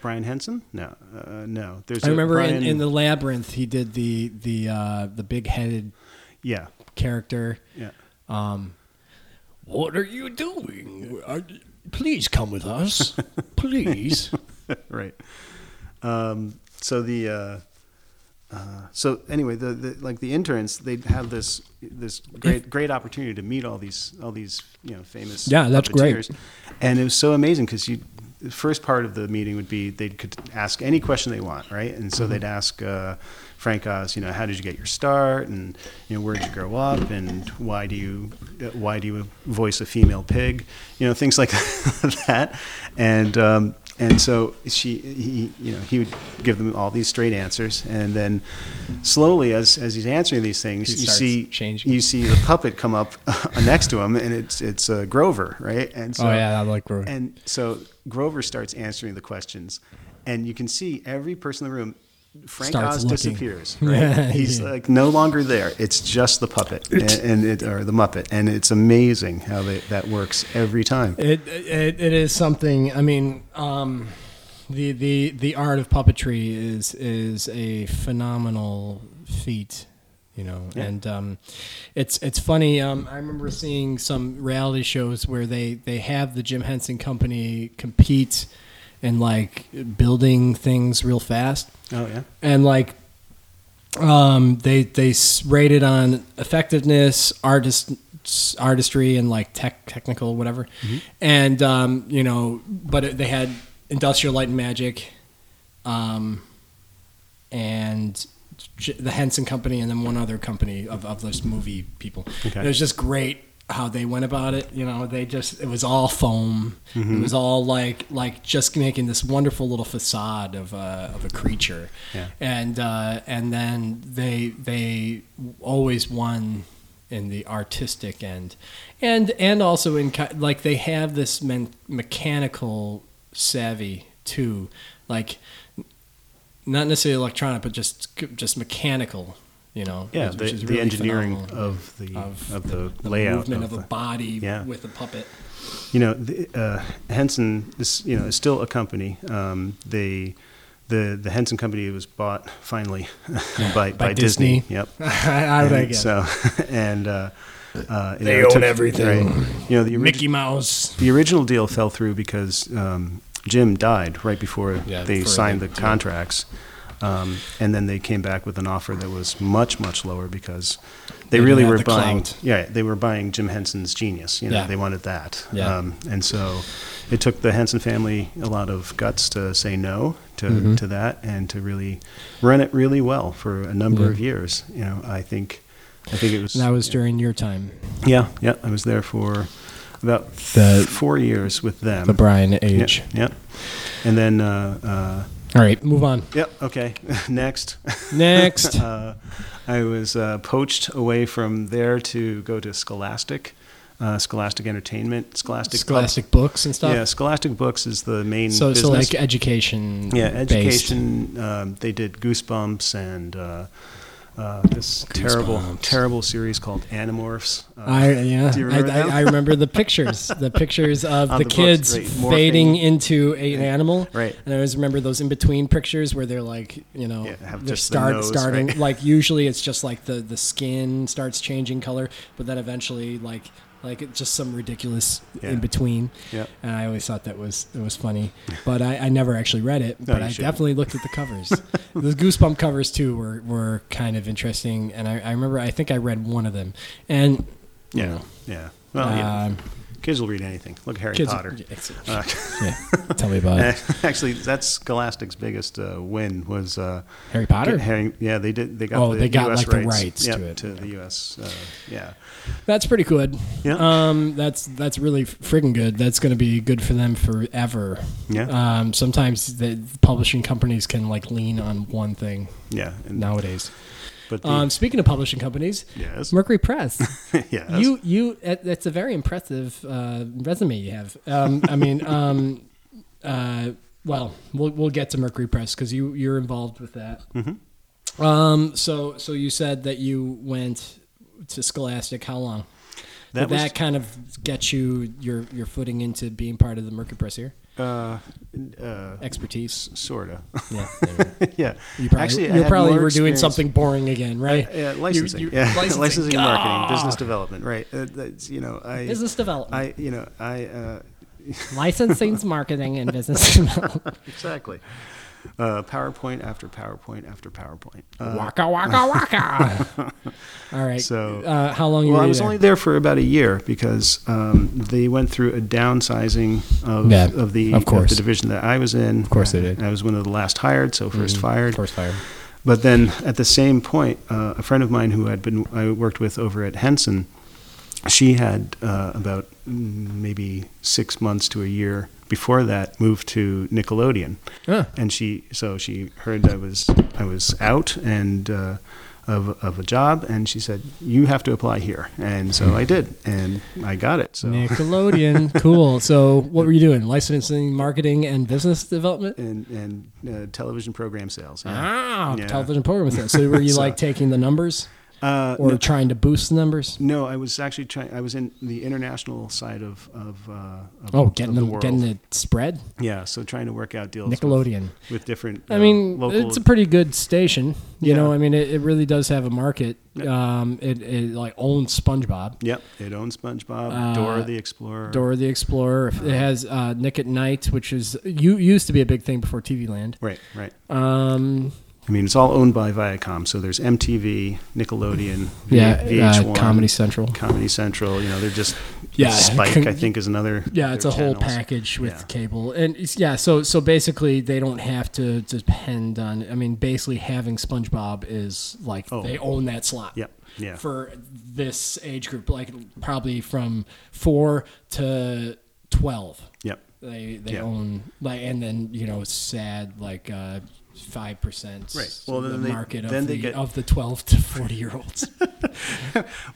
Brian Henson? No, uh, no. There's I a remember in, Brian- in the labyrinth he did the the uh, the big headed yeah, character. yeah. Um, what are you doing? Are- please come with us, please. right. Um, so the uh, uh, so anyway, the, the like the interns, they have this this great great opportunity to meet all these all these you know famous Yeah, that's great. puppeteers. and it was so amazing because you the first part of the meeting would be they could ask any question they want, right? And Mm-hmm. so they'd ask. Uh, Frank Oz, you know, how did you get your start, and you know, where did you grow up, and why do you, uh, why do you voice a female pig, you know, things like that, and um, and so she, he, you know, he would give them all these straight answers, and then slowly, as as he's answering these things, He you starts see, changing. you see the puppet come up uh, next to him, and it's it's uh, Grover, right? And so, Oh, yeah, I like Grover. And so Grover starts answering the questions, and you can see every person in the room. Frank Starts Oz looking. disappears. Right? He's Yeah. like no longer there. It's just the puppet and, and it, or the Muppet, and it's amazing how they, that works every time. It, it it is something. I mean, um, the the the art of puppetry is is a phenomenal feat, you know. And um, it's it's funny. Um, I remember seeing some reality shows where they they have the Jim Henson Company compete in like building things real fast, Oh yeah, and like um, they they s- rated on effectiveness, artist artistry, and like tech technical whatever, and um, you know, but it, they had industrial light and magic, um, and J- the Henson Company, and then one other company of of those movie people. Okay. It was just great how they went about it. You know, they just it was all foam. It was all like like just making this wonderful little facade of a of a creature Yeah. and uh, and then they they always won in the artistic end, and and also in ki- like they have this men- mechanical savvy too, like not necessarily electronic, but just just mechanical, you know. yeah. which The, is the really engineering phenomenal. of the Of of, the, layout movement of, the- a body yeah. with a puppet. you know, the, uh, Henson is you know is still a company. Um, they the the Henson Company was bought finally by, by, Disney. Disney. Yep. How did I And get? so and uh, uh, you They it own everything. right. You know the, orig- Mickey Mouse. the original deal fell through because um, Jim died right before Yeah, they before signed they- the contracts, um, and then they came back with an offer that was much much lower because they, They really didn't were have the buying clout. yeah they were buying Jim Henson's genius you know Yeah. they wanted that Um, Yeah. and so it took the Henson family a lot of guts to say no to, Mm-hmm. to that and to really run it really well for a number Yeah. of years you know I think I think it was That was during your time, yeah, yeah. I was there for about The- four years with them. the Brian Yeah, age. yeah. And then, uh, uh, All right, move on. yep, okay. Next. Next. Uh, I was uh, poached away from there to go to Scholastic, uh, Scholastic Entertainment, Scholastic. Club. Scholastic books and stuff. Yeah, Scholastic Books is the main So, so business. like education. yeah, based. education. Um, they did Goosebumps and uh, uh, this terrible, Goosebumps. terrible series called Animorphs. Uh, I yeah. Do you remember I, them? I, I remember the pictures, the pictures of the, On the books, kids right, morphing. fading into a- an animal. Right. And I always remember those in between pictures where they're like, you know, Yeah, have they're just the start nose, starting right? like usually it's just like the the skin starts changing color, but then eventually like like it's just some ridiculous Yeah. in between. Yeah. And I always thought that was it was funny, but I, I never actually read it. but you I shouldn't. definitely looked at the covers. the Goosebump covers too were were kind of interesting, and I, I remember I think I read one of them and. Yeah, yeah. Well, yeah. Um, Kids will read anything. Look at Harry Kids- Potter. yeah, Uh, Tell me about it. actually, that's Scholastic's biggest uh, win was uh, Harry Potter. Harry, yeah, they did. They got Oh, the they got, U.S. like, the rights, rights to Yep, it. to the U.S. Uh, yeah, That's pretty good. Yeah. Um, that's that's really friggin' good. That's going to be good for them forever. Yeah. Um, sometimes the publishing companies can like lean on one thing yeah. And, nowadays. but the, Um, speaking of publishing companies, yes, Mercury Press. yes. you you that- that's a very impressive uh, resume you have. Um, I mean, um, uh, well, we'll we'll get to Mercury Press because you you're involved with that. Mm-hmm. Um, so so you said that you went to Scholastic. How long? that Did was that kind of get you your your footing into being part of the Mercury Press here? uh, Expertise. sort of. Yeah. yeah, You probably, actually, I you had probably more were doing experience- something boring again, right? Yeah, licensing, you- yeah, licensing. Ah. licensing, and marketing, business development, right? Uh, that's, you know, I, Business development. I, you know, I. Uh, Licensing, marketing, and business development. exactly. Uh, PowerPoint after PowerPoint after PowerPoint. Uh, waka waka waka. All right. So- uh, how long? you well, were I was there? only there for about a year because um, they went through a downsizing of, Yeah, of the of course. the division that I was in. Of course they did. Mm-hmm. I was one of the last hired, so 1st fired. Force fire. But then at the same point, uh, a friend of mine who had been I worked with over at Henson, she had uh, about mm, maybe six months to a year before that moved to Nickelodeon, Ah. and she so she heard I was I was out and. Uh, of, of a job, and she said, "You have to apply here," and so I did, and I got it. So Nickelodeon. cool. So, what were you doing? Licensing, marketing, and business development. and and uh, television program sales. yeah. Ah, Yeah. television program. sales. So, were you So- like taking the numbers Uh, or no, trying to boost the numbers? No, I was actually trying. I was in the international side of of, uh, of Oh, getting of the the, world. getting it spread. yeah. So trying to work out deals Nickelodeon. with, with different. I uh, mean, local, it's a pretty good station. You Yeah. know, I mean, it, it really does have a market. Um, it, it like owns SpongeBob. yep. It owns SpongeBob, Dora the Explorer. Uh, Dora the Explorer. It has uh, Nick at Night, which is you used to be a big thing before TV Land. Right, right. Um, I mean, it's all owned by Viacom. So there's MTV, Nickelodeon, V- yeah, VH1, uh, Comedy Central. Comedy Central. You know, they're just Yeah, Spike. con- I think is another. Yeah, it's a their whole channels. package with Yeah. cable, and it's, yeah, so so basically they don't have to depend on. I mean, basically having SpongeBob is like Oh. they own that slot. Yep. Yeah. For this age group, like probably from four to twelve, Yep. they they Yeah. own like, and then you know, it's sad like. uh Five percent, Right. Well, the then they- market of, then the, they get- of the twelve to forty year olds.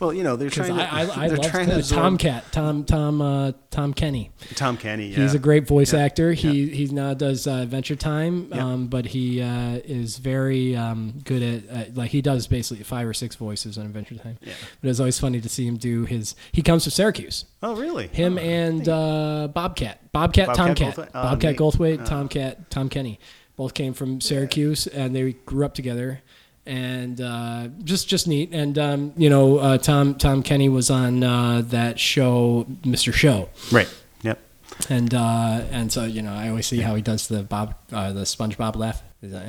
Well, you know, they're Because trying. To, I, I, I they're love trying to Tom, absorb- Cat, Tom Tom uh, Tom Kenny. Tom Kenny. Yeah. He's a great voice Yeah. actor. He he now does uh, Adventure Time, um, but he uh, is very um, good at uh, like he does basically five or six voices on Adventure Time. Yeah. But it's always funny to see him do his. He comes from Syracuse. Oh, really? Him and uh, Bobcat, Bobcat, Bobcat Tomcat, Goldthwait? Oh, Bobcat neat. Goldthwait, Tomcat, Tom Kenny. both came from Syracuse, and they grew up together, and uh, just just neat. And um, you know, uh, Tom Tom Kenny was on uh, that show, Mr. Show, Right. Yep. and uh, and so you know, I always see how he does the Bob uh, the SpongeBob laugh. He's like,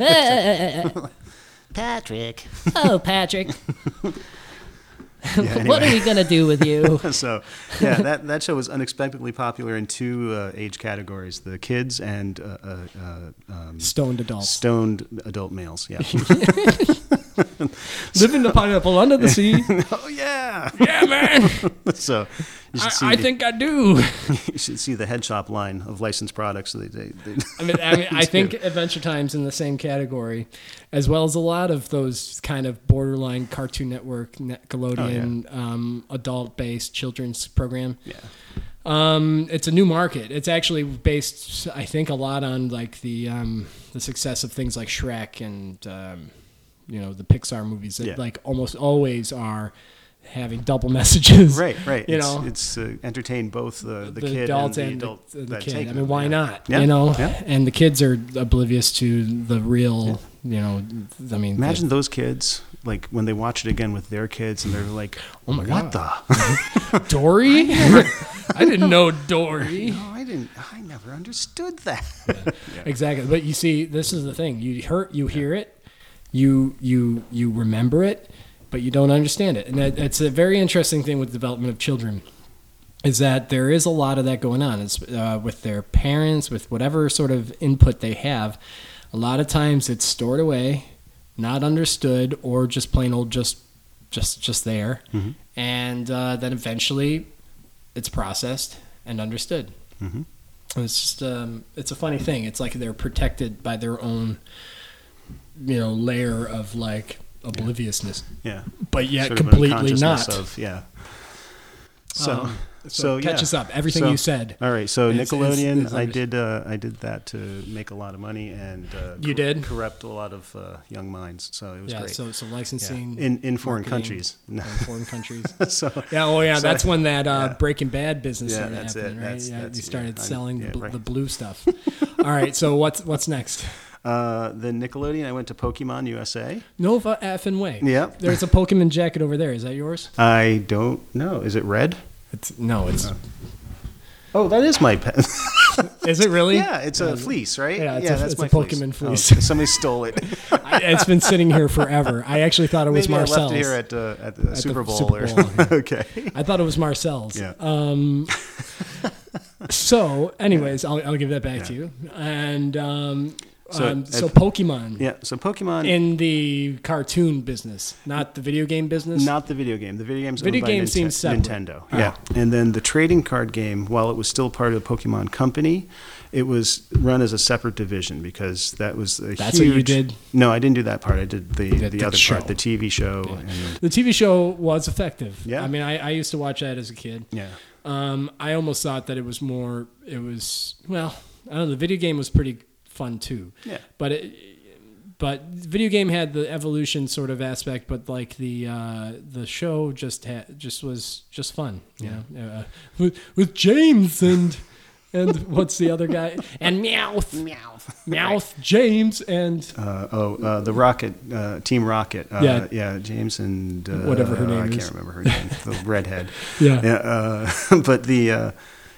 "Eh." Patrick. Oh, Patrick. what are we going to do with you? So, yeah, that, that show was unexpectedly popular in two uh, age categories the kids and uh, uh, uh, um, stoned adults stoned adult males. Yeah. living the pineapple under the sea. oh, yeah. yeah, man, So, you should, I, see I the, think I do. you should see the head shop line of licensed products. They, they, they, I mean, I, mean, I think Adventure Time's in the same category, as well as a lot of those kind of borderline Cartoon Network, Nickelodeon, um, adult-based children's program. Oh, yeah. Um, it's a new market. It's actually based, I think, a lot on like the um, the success of things like Shrek and um, you know the Pixar movies that Yeah. like almost always are having double messages. Right, right. You it's, know, it's uh, entertain both the, the, kid and the adult. the, and the that kid. take I them, mean, why yeah. not? Yeah, You know, yeah. and the kids are oblivious to the real. You know, th- I mean, Imagine those kids, like when they watch it again with their kids, and they're like, "Oh my what the? the- Dory. I didn't know Dory. No, I didn't. I never understood that." Exactly, but you see, this is the thing. You hear, you hear it, you you you remember it, but you don't understand it, and that, that's a very interesting thing with development of children. Is that there is a lot of that going on? It's uh, with their parents, with whatever sort of input they have. A lot of times it's stored away, not understood, or just plain old just just just there, and uh, then eventually it's processed and understood. And it's just um, it's a funny thing. It's like they're protected by their own, you know, layer of like obliviousness, Yeah, but yet Sort of completely unconsciousness not. of- yeah. So, Um, so, so catch yeah. us up. Everything So- you said. All right, so It's- it's- Nickelodeon, it's I under- did uh, I did that to make a lot of money and uh, You cor- did? corrupt a lot of uh, young minds. So it was yeah. great. So so Yeah. licensing in in foreign marketing, countries. in No. foreign countries. so Yeah, oh yeah, So- that's when that uh, yeah. Breaking Bad business Yeah, started that's it. happening, right? That's- yeah, that's- you started yeah, I- selling yeah, bl- right. the blue stuff. All right, so what's what's next? uh, the Nickelodeon, I went to Pokemon USA. Nova F and Way. Yep. There's a Pokemon jacket over there. Is that yours? I don't know. Is it red? It's no, it's Oh, that is my pet. Is it really? yeah, it's a fleece, right? Yeah, it's a- that's it's my a Pokemon fleece. fleece. Oh, somebody stole it. I, it's been sitting here forever. I actually thought it was Maybe I Marcel's. left it here at, uh, at the Super Bowl. Super or, Bowl, yeah. okay. I thought it was Marcel's. Yeah. Um, so, anyways, I'll, I'll give that back to you. And um, So, um, at- so Pokemon Yeah. So Pokemon, in the cartoon business, not the video game business. not the video game. The video game's Video owned by game Ninten- seems separate. Oh. Nintendo. Yeah. And then the trading card game, while it was still part of the Pokemon company, it was run as a separate division because that was a That's what huge. you did? No, I didn't do that part. I did the the, did the other show. part, the TV show. And, the TV show was effective. Yeah. I mean, I, I used to watch that as a kid. yeah. Um, I almost thought that it was more. It was well. I don't know. The video game was pretty fun too. Yeah. But it, but video game had the evolution sort of aspect, but like the uh, the show just had just was just fun. You know, uh, with with James and and what's the other guy and Meowth Meowth Meowth James and Uh, oh, uh, the Rocket uh, Team Rocket. Uh, Yeah. yeah, James and uh, Whatever her name I is. can't remember her name. The redhead. Yeah. uh, but the uh,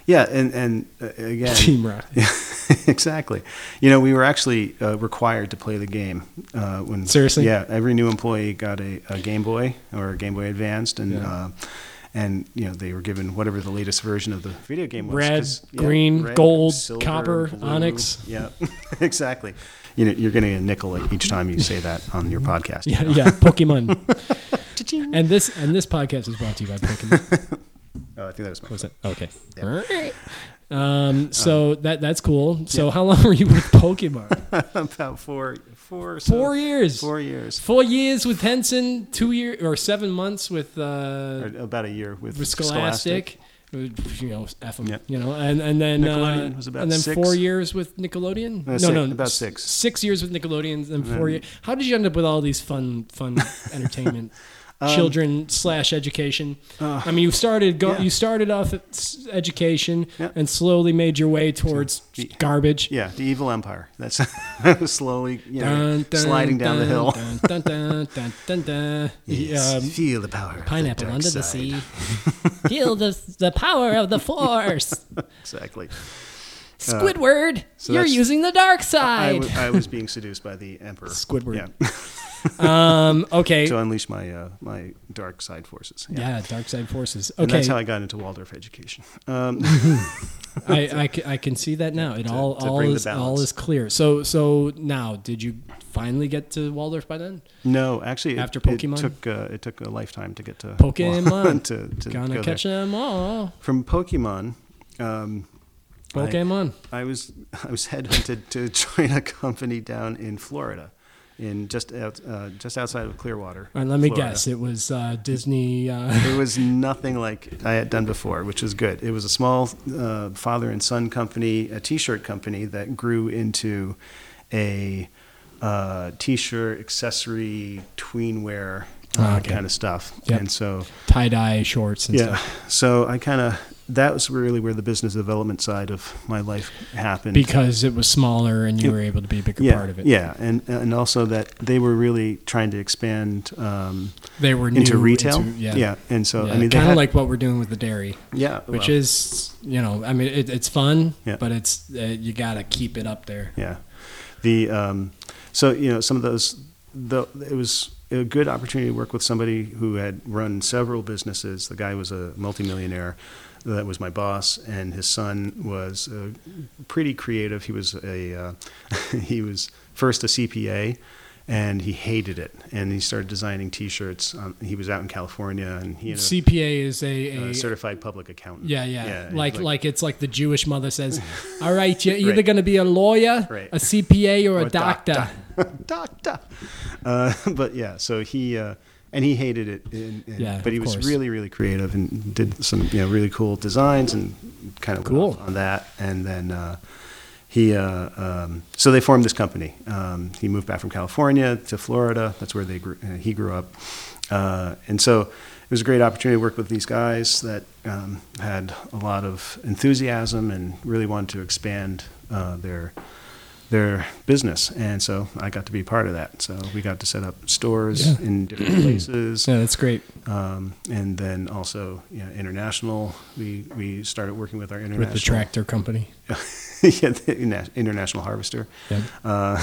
yeah, and and uh, again, Team Rocket. exactly. You know, we were actually uh, required to play the game uh, when Seriously? Yeah, every new employee got a, a Game Boy or a Game Boy Advanced, and. Yeah. Uh, and you know they were given whatever the latest version of the video game was Red, 'cause, yeah, green, red, gold, silver, copper, blue. onyx. Yeah, exactly. You know, you're getting a nickel each time you say that on your podcast. Yeah, yeah, Pokemon. and this and this podcast is brought to you by Pokemon. Oh, I think that was my. Was it? Okay. Um, so Uh-huh. that that's cool. So how long were you with Pokemon? About four, four, or so- Four years. four years, Four years with Henson. Two year or seven months with uh, or about a year with, with Scholastic. You know, F 'em, Yep. You know, and and then Nickelodeon uh, was about and then six. four years with Nickelodeon. Uh, no, six- no, about s- six. Six years with Nickelodeon, then four years. How did you end up with all these fun, fun entertainment? Um, children slash education. I mean, you started go- uh, yeah. you started off at s- education Yeah. and slowly made your way towards garbage. Yeah, the evil empire. That's slowly you know, Dun, dun, sliding down the dun, hill. dun, dun, dun, dun, dun, dun. Yes, Um, feel the power. of the pineapple dark under the side. sea. Feel the the power of the force. Exactly. Squidward, so you're that's- using the dark I side. wa- I was being seduced by the emperor. Squidward. Yeah, Um, okay. to unleash my uh, my dark side forces. Yeah. yeah, dark side forces. And Okay, that's how I got into Waldorf education. Um, I, I ca- I can see that now. It all to all bring the is all balance. is clear. So so now, did you finally get to Waldorf by then? no, actually, it, After Pokemon? it took uh, it took a lifetime to get to Pokemon. to, to Gonna go there. catch them all. from Pokemon. Um, I- Pokemon. I was I was headhunted to join a company down in Florida, in just out, uh, just outside of Clearwater. All right, let me Florida. guess. It was uh, Disney. Uh, It was nothing like I had done before, which was good. It was a small uh, father and son company, a T-shirt company that grew into a uh, T-shirt accessory tweenwear uh, Ah, okay. kind of stuff. Yep. And so tie dye shorts and yeah, stuff. so I kind of that was really where the business development side of my life happened. Because it was smaller and you were able to be a bigger yeah, part of it. Yeah, and and also that they were really trying to expand um, They were new into retail. into- yeah. and so I mean, they kind of had- like what we're doing with the dairy, yeah, which well, is, you know, I mean, it, it's fun, Yeah. but it's uh, you got to keep it up there. yeah, the um, so you know some of those the it was a good opportunity to work with somebody who had run several businesses. The guy was a multimillionaire. That was my boss, and his son was uh, pretty creative. He was a uh, he was first a CPA, and he hated it. And he started designing T-shirts. Um, he was out in California, and he had a- CPA is a, a uh, certified public accountant. yeah, yeah, and like, like it's like the Jewish mother says, all right, you're either Right. going to be a lawyer, Right. a CPA, or, a Or doctor. doctor. Uh, but yeah, so he uh, and he hated it. And, and- Yeah, but he of was course. really really creative and did some you know really cool designs and kind of went Cool. off on that. And then uh, he uh, um, so they formed this company. Um, he moved back from California to Florida. That's where they grew, uh, he grew up. Uh, and so it was a great opportunity to work with these guys that um, had a lot of enthusiasm and really wanted to expand uh, their their business. And so I got to be part of that. So we got to set up stores Yeah. in different places. Yeah, that's great. Um, and then also, you know, international, we, we started working with our international, With the tractor company. yeah, the interna- international harvester. Yep. Uh,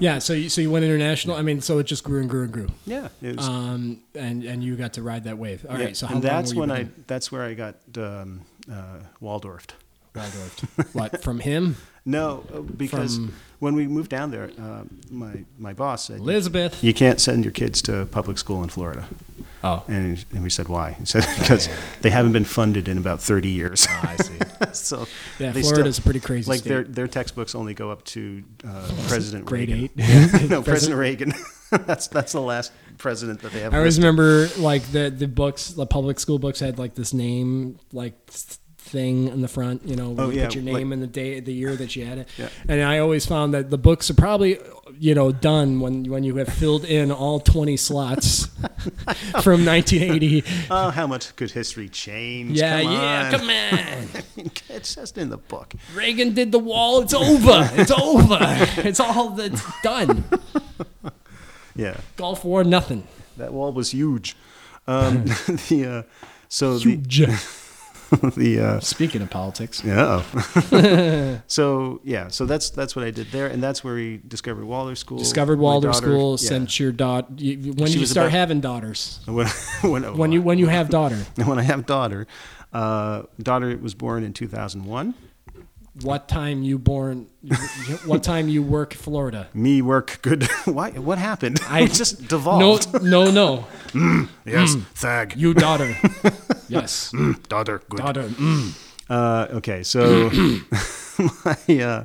yeah, so you, so you went international. I mean, so it just grew and grew and grew. Yeah. It was, Um, and and you got to ride that wave. All right. yeah, So how and long that's were you when I, with that's where I got, um, uh, Waldorfed. Waldorf? what from him, No, uh, because From- when we moved down there, uh, my, my boss said, Elizabeth? you can't send your kids to public school in Florida. Oh, And, and we said, why? He said, because they haven't been funded in about 30 years. I see. so Ah. Yeah, they Florida's a pretty crazy Like their, state. their textbooks only go up to uh, President Grade Reagan. eight. no, President Reagan. that's, that's the last president that they have. I always listed. remember like the the books, the public school books had like this name like s- thing in the front. You know, where Oh, you yeah, put your like- name and the day, the year that you had it. Yeah. And I always found that the books are probably you know done when when you have filled in all twenty slots from 1980. Oh, how much could history change? Yeah, come yeah, on. come on. it's just in the book. Reagan did the wall. It's over. It's over. It's all that's done. Yeah, Gulf War, nothing. that wall was huge. Um, the uh, so Huge. the the uh, Speaking of politics, Yeah. so yeah, so that's that's what I did there, and that's where we discovered Waldorf School. discovered My Waldorf daughter- School. yeah. Sent your daughter. When She did you was start about- having daughters? When, when, When you when you have daughter, when I have daughter, uh, daughter was born in two thousand one. what time you born? What time you work Florida? Me work good. Why? What happened? I- I just devolved. No, no, no. Mm, Mm. yes, thag. You daughter. Yes, daughter. Good. daughter. Mm. Uh, okay, so my. Uh,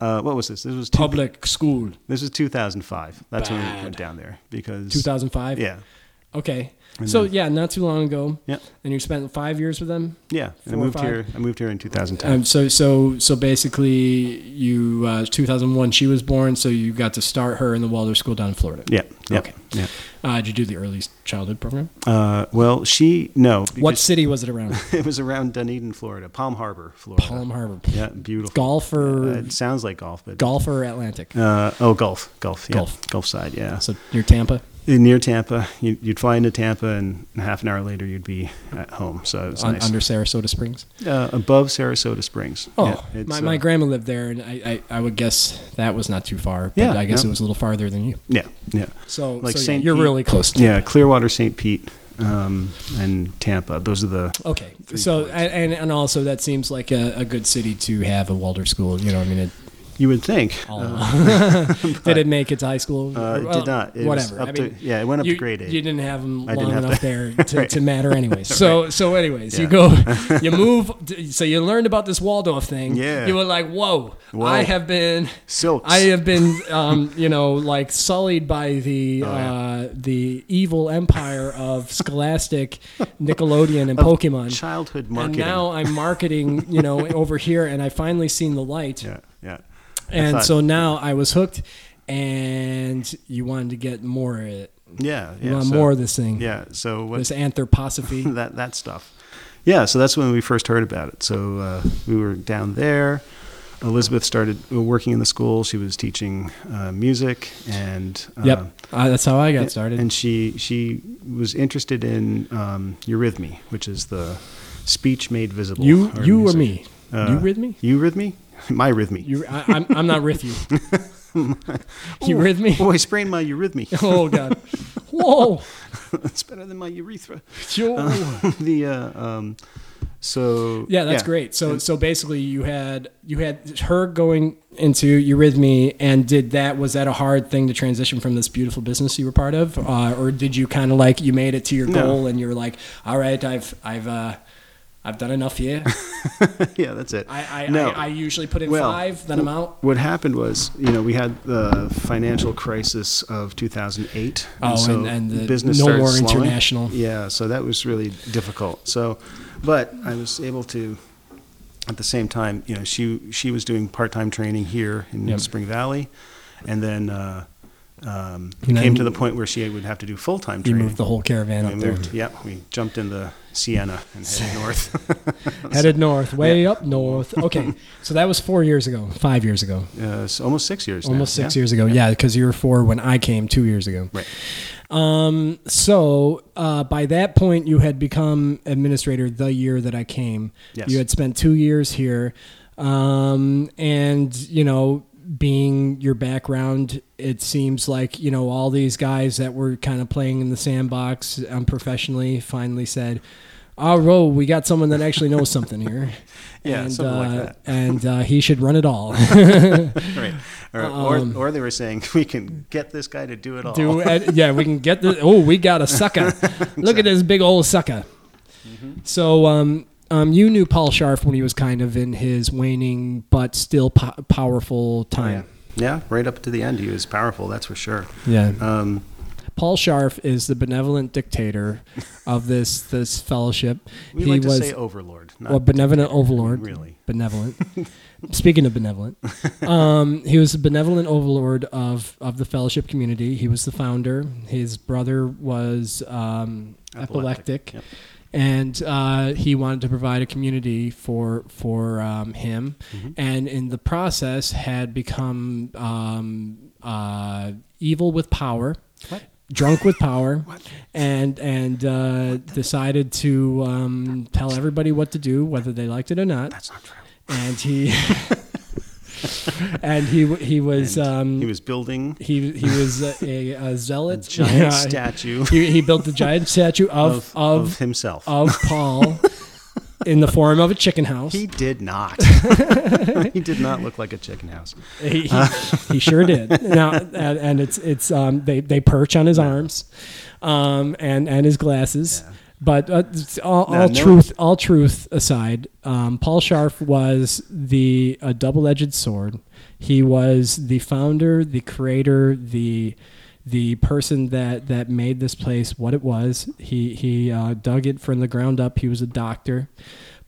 uh, what was this? This was two, Public school. this was 2005. That's when we Bad. went down there because 2005. Yeah, Okay. So yeah, not too long ago. Yeah. And you spent five years with them. yeah. Four And I or moved five. here. I moved here in 2010. Um, so so so basically, you uh, 2001 she was born, so you got to start her in the Waldorf school down in Florida. Yeah, Yeah. Okay. Yeah. Uh, did you do the early childhood program? Uh, well, she no. What because city was it around? It was around Dunedin, Florida, Palm Harbor, Florida. Palm Harbor. Yeah, beautiful. Golf Uh, or it sounds like golf, but golf or Atlantic? Uh, oh, golf, golf, yeah. Golf. golf, side, yeah. So near Tampa. near Tampa, you, you'd fly into Tampa, and half an hour later you'd be at home. So it's on, nice. under Sarasota Springs. uh, above Sarasota Springs. Oh, Yeah, it's, my, uh, my grandma lived there, and I, I, I would guess that was not too far. But Yeah, I guess yeah. it was a little farther than you. yeah, yeah, So, Like so, yeah, Saint you're Pete. really close. To yeah. Clearwater, St. Pete, um, and Tampa. Those are the Okay. So and, and and also that seems like a, a good city to have a Waldorf school. You know, I mean, it you would think. all Uh, did it make it to high school? Uh, it Well, did not. It was whatever. up I mean, to- yeah, it went up you, to grade eight. You didn't have them I didn't long have enough that. there to, Right. to matter anyway. So so anyways, you Yeah. go, you move. So you learned about this Waldorf thing. Yeah. You were like, whoa, Whoa. I have been. Silks. I have been, um, you know, like sullied by the yeah. uh, the evil empire of Scholastic, Nickelodeon, and Pokemon. childhood marketing. And now uh, I'm marketing, you know, over here, and I finally seen the light. yeah, yeah. I and thought- so now I was hooked, and you wanted to get more of it. yeah, You yeah, want so- more of this thing. Yeah. So what? This anthroposophy. that that stuff. Yeah, so that's when we first heard about it. So uh, we were down there. Elizabeth started uh, working in the school. She was teaching uh, music, and uh, yep. Uh, that's how I got started. And she she was interested in um, eurythmy, which is the speech made visible. you, or you or music. me? Uh, you with me? Eurythmy, my rhythmy. You, I, I'm, I'm not with you. you with me? oh, I sprained my eurythmy. Oh God! Whoa! it's better than my urethra. Yo. the uh, um, so Yeah, that's great. So so basically you had you had her going into Eurythmy and did that was that a hard thing to transition from this beautiful business you were part of uh, or did you kind of like you made it to your No. goal and you were like all right I've I've uh, I've done enough here. yeah, that's it. I I, No. I, I usually put in Well, 5 then I'm out. What happened was, you know, we had the financial crisis of 2008. Oh, and- and the no started more slowing. international. Yeah, so that was really difficult. So, but I was able to, at the same time, you know, she she was doing part time training here in Yep. Spring Valley, and then uh, um, And came then to the point where she would have to do full time You training. moved the whole caravan we up there. moved, yeah, we jumped in the Sienna and headed north. Headed north, way up north. Okay. so that was 4 years ago, 5 years ago. uh, it's almost six years. now, Almost 6 yeah? years ago. Yeah, cuz you were 4 when I came 2 years ago. Right. Um, so uh, by that point, you had become administrator the year that I came. Yes. You had spent two years here, um, and you know, being your background, it seems like you know all these guys that were kind of playing in the sandbox unprofessionally finally said. Oh, whoa, we got someone that actually knows something here. Yeah, and, something like uh, that. And uh, he should run it all. Right. Or, or, or they were saying, we can get this guy to do it all. Um, do and- yeah we can get the oh we got a sucker look at this big old sucker Mm-hmm. so um um you knew paul Scharf when he was kind of in his waning but still po- powerful yeah. time yeah, right up to the end. He was powerful, that's for sure. yeah, Um, paul Scharf is the benevolent dictator of this this fellowship we he like to was say overlord. Not Well, benevolent overlord. Really. Benevolent. Speaking of benevolent, um, he was a benevolent overlord of, of the fellowship community. He was the founder. His brother was um, epileptic. Epileptic, yep. And uh, he wanted to provide a community for for um, him, Mm-hmm. and in the process had become um, uh, evil with power, drunk with power, and and uh, decided to um, tell everybody what to do, whether they liked it or not. That's not true. And he and he w- he was um, He was building he he was a, a, a zealot. giant Yeah, he- statue He, he built the giant statue of of, of of himself. of, Paul in the form of a chicken house. he did not. he did not look like a chicken house. He, he, uh, he sure did. Now, and, and it's it's um, they they perch on his arms, um, and and his glasses. But uh, it's all, No, all no- truth all truth aside, um, Paul Scharf was the a double edged sword. He was the founder, the creator, the the person that, that made this place what it was. He he uh, dug it from the ground up. He was a doctor,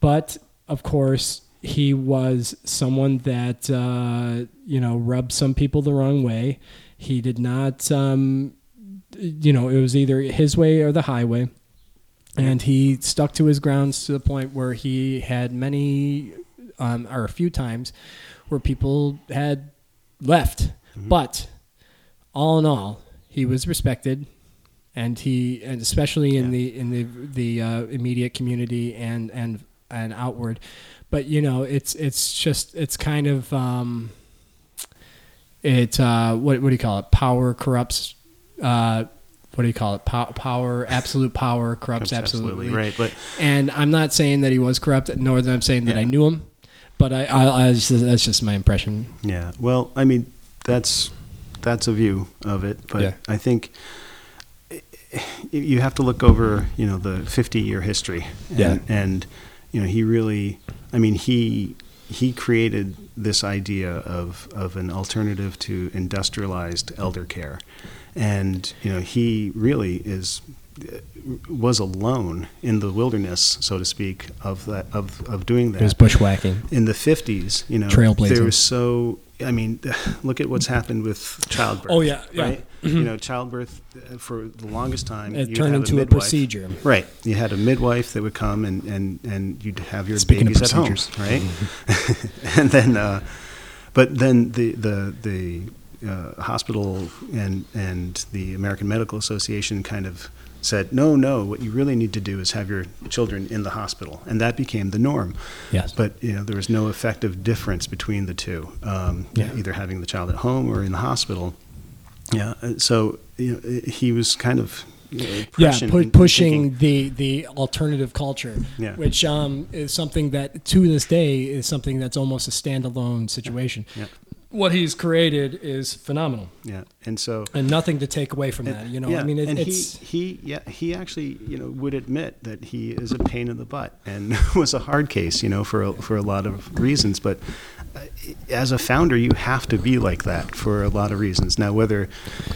but of course he was someone that uh, you know rubbed some people the wrong way. He did not um, you know, it was either his way or the highway. And he stuck to his grounds to the point where he had many, um, or a few times, where people had left. But all in all, he was respected, and he, and especially in the in the the uh, immediate community and and and outward. But you know, it's it's just it's kind of um, it uh, what what do you call it? Power corrupts. Uh, what do you call it? Pow- power, absolute power corrupts absolutely. right. But And I'm not saying that he was corrupt, nor that I'm saying that I knew him, but I, I, I just, that's just my impression. Yeah. Well, I mean, that's that's a view of it, but Yeah. I think i- i- you have to look over, you know, the 50-year history. And, Yeah. And you know, he really I mean, he he created this idea of of an alternative to industrialized elder care. And, you know, he really is was alone in the wilderness, so to speak, of that of of doing that It was bushwhacking. in the 50s, you know, Trailblazing. there was so, I mean, look at what's happened with childbirth. Oh, yeah, yeah. Right? You know, childbirth uh, for the longest time. It you'd turned have into a midwife. procedure. Right. You had a midwife that would come and, and, and you'd have your Speaking of babies at home, procedures. Mm-hmm. right? and then, uh, but then the, the, the, uh, hospital and and the American Medical Association kind of said, no, no. What you really need to do is have your children in the hospital, and that became the norm. Yes. But you know, there was no effective difference between the two, um, Yeah. either having the child at home or in the hospital. Yeah. uh, So you know, i- he was kind of you know, Yeah, prescient pu- in- in pushing thinking- the, the alternative culture, Yeah. which um, is something that to this day is something that's almost a standalone situation. Yeah. What he's created is phenomenal, Yeah. And so. and nothing to take away from that. Uh, You know, yeah, I mean, it, and it's he, he, yeah, he actually, you know, would admit that he is a pain in the butt and was a hard case, you know, for a, for a lot of reasons. But uh, as a founder, you have to be like that for a lot of reasons. Now, whether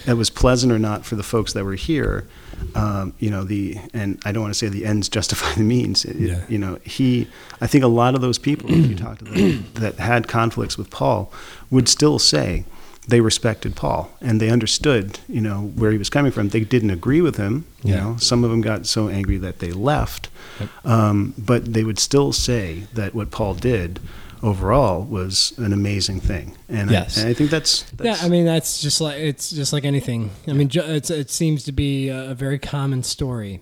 it was pleasant or not for the folks that were here, um, you know, the and I don't want to say the ends justify the means. It- Yeah. You know, he, I think a lot of those people, if you talk to them, that had conflicts with Paul, would still say they respected Paul and they understood, you know, where he was coming from. They didn't agree with him. You Yeah. know, some of them got so angry that they left, um, but they would still say that what Paul did overall was an amazing thing. And, Yes. I, and I think that's, that's yeah, I mean that's just like it's just like anything. I mean, ju- it's, it seems to be a a very common story.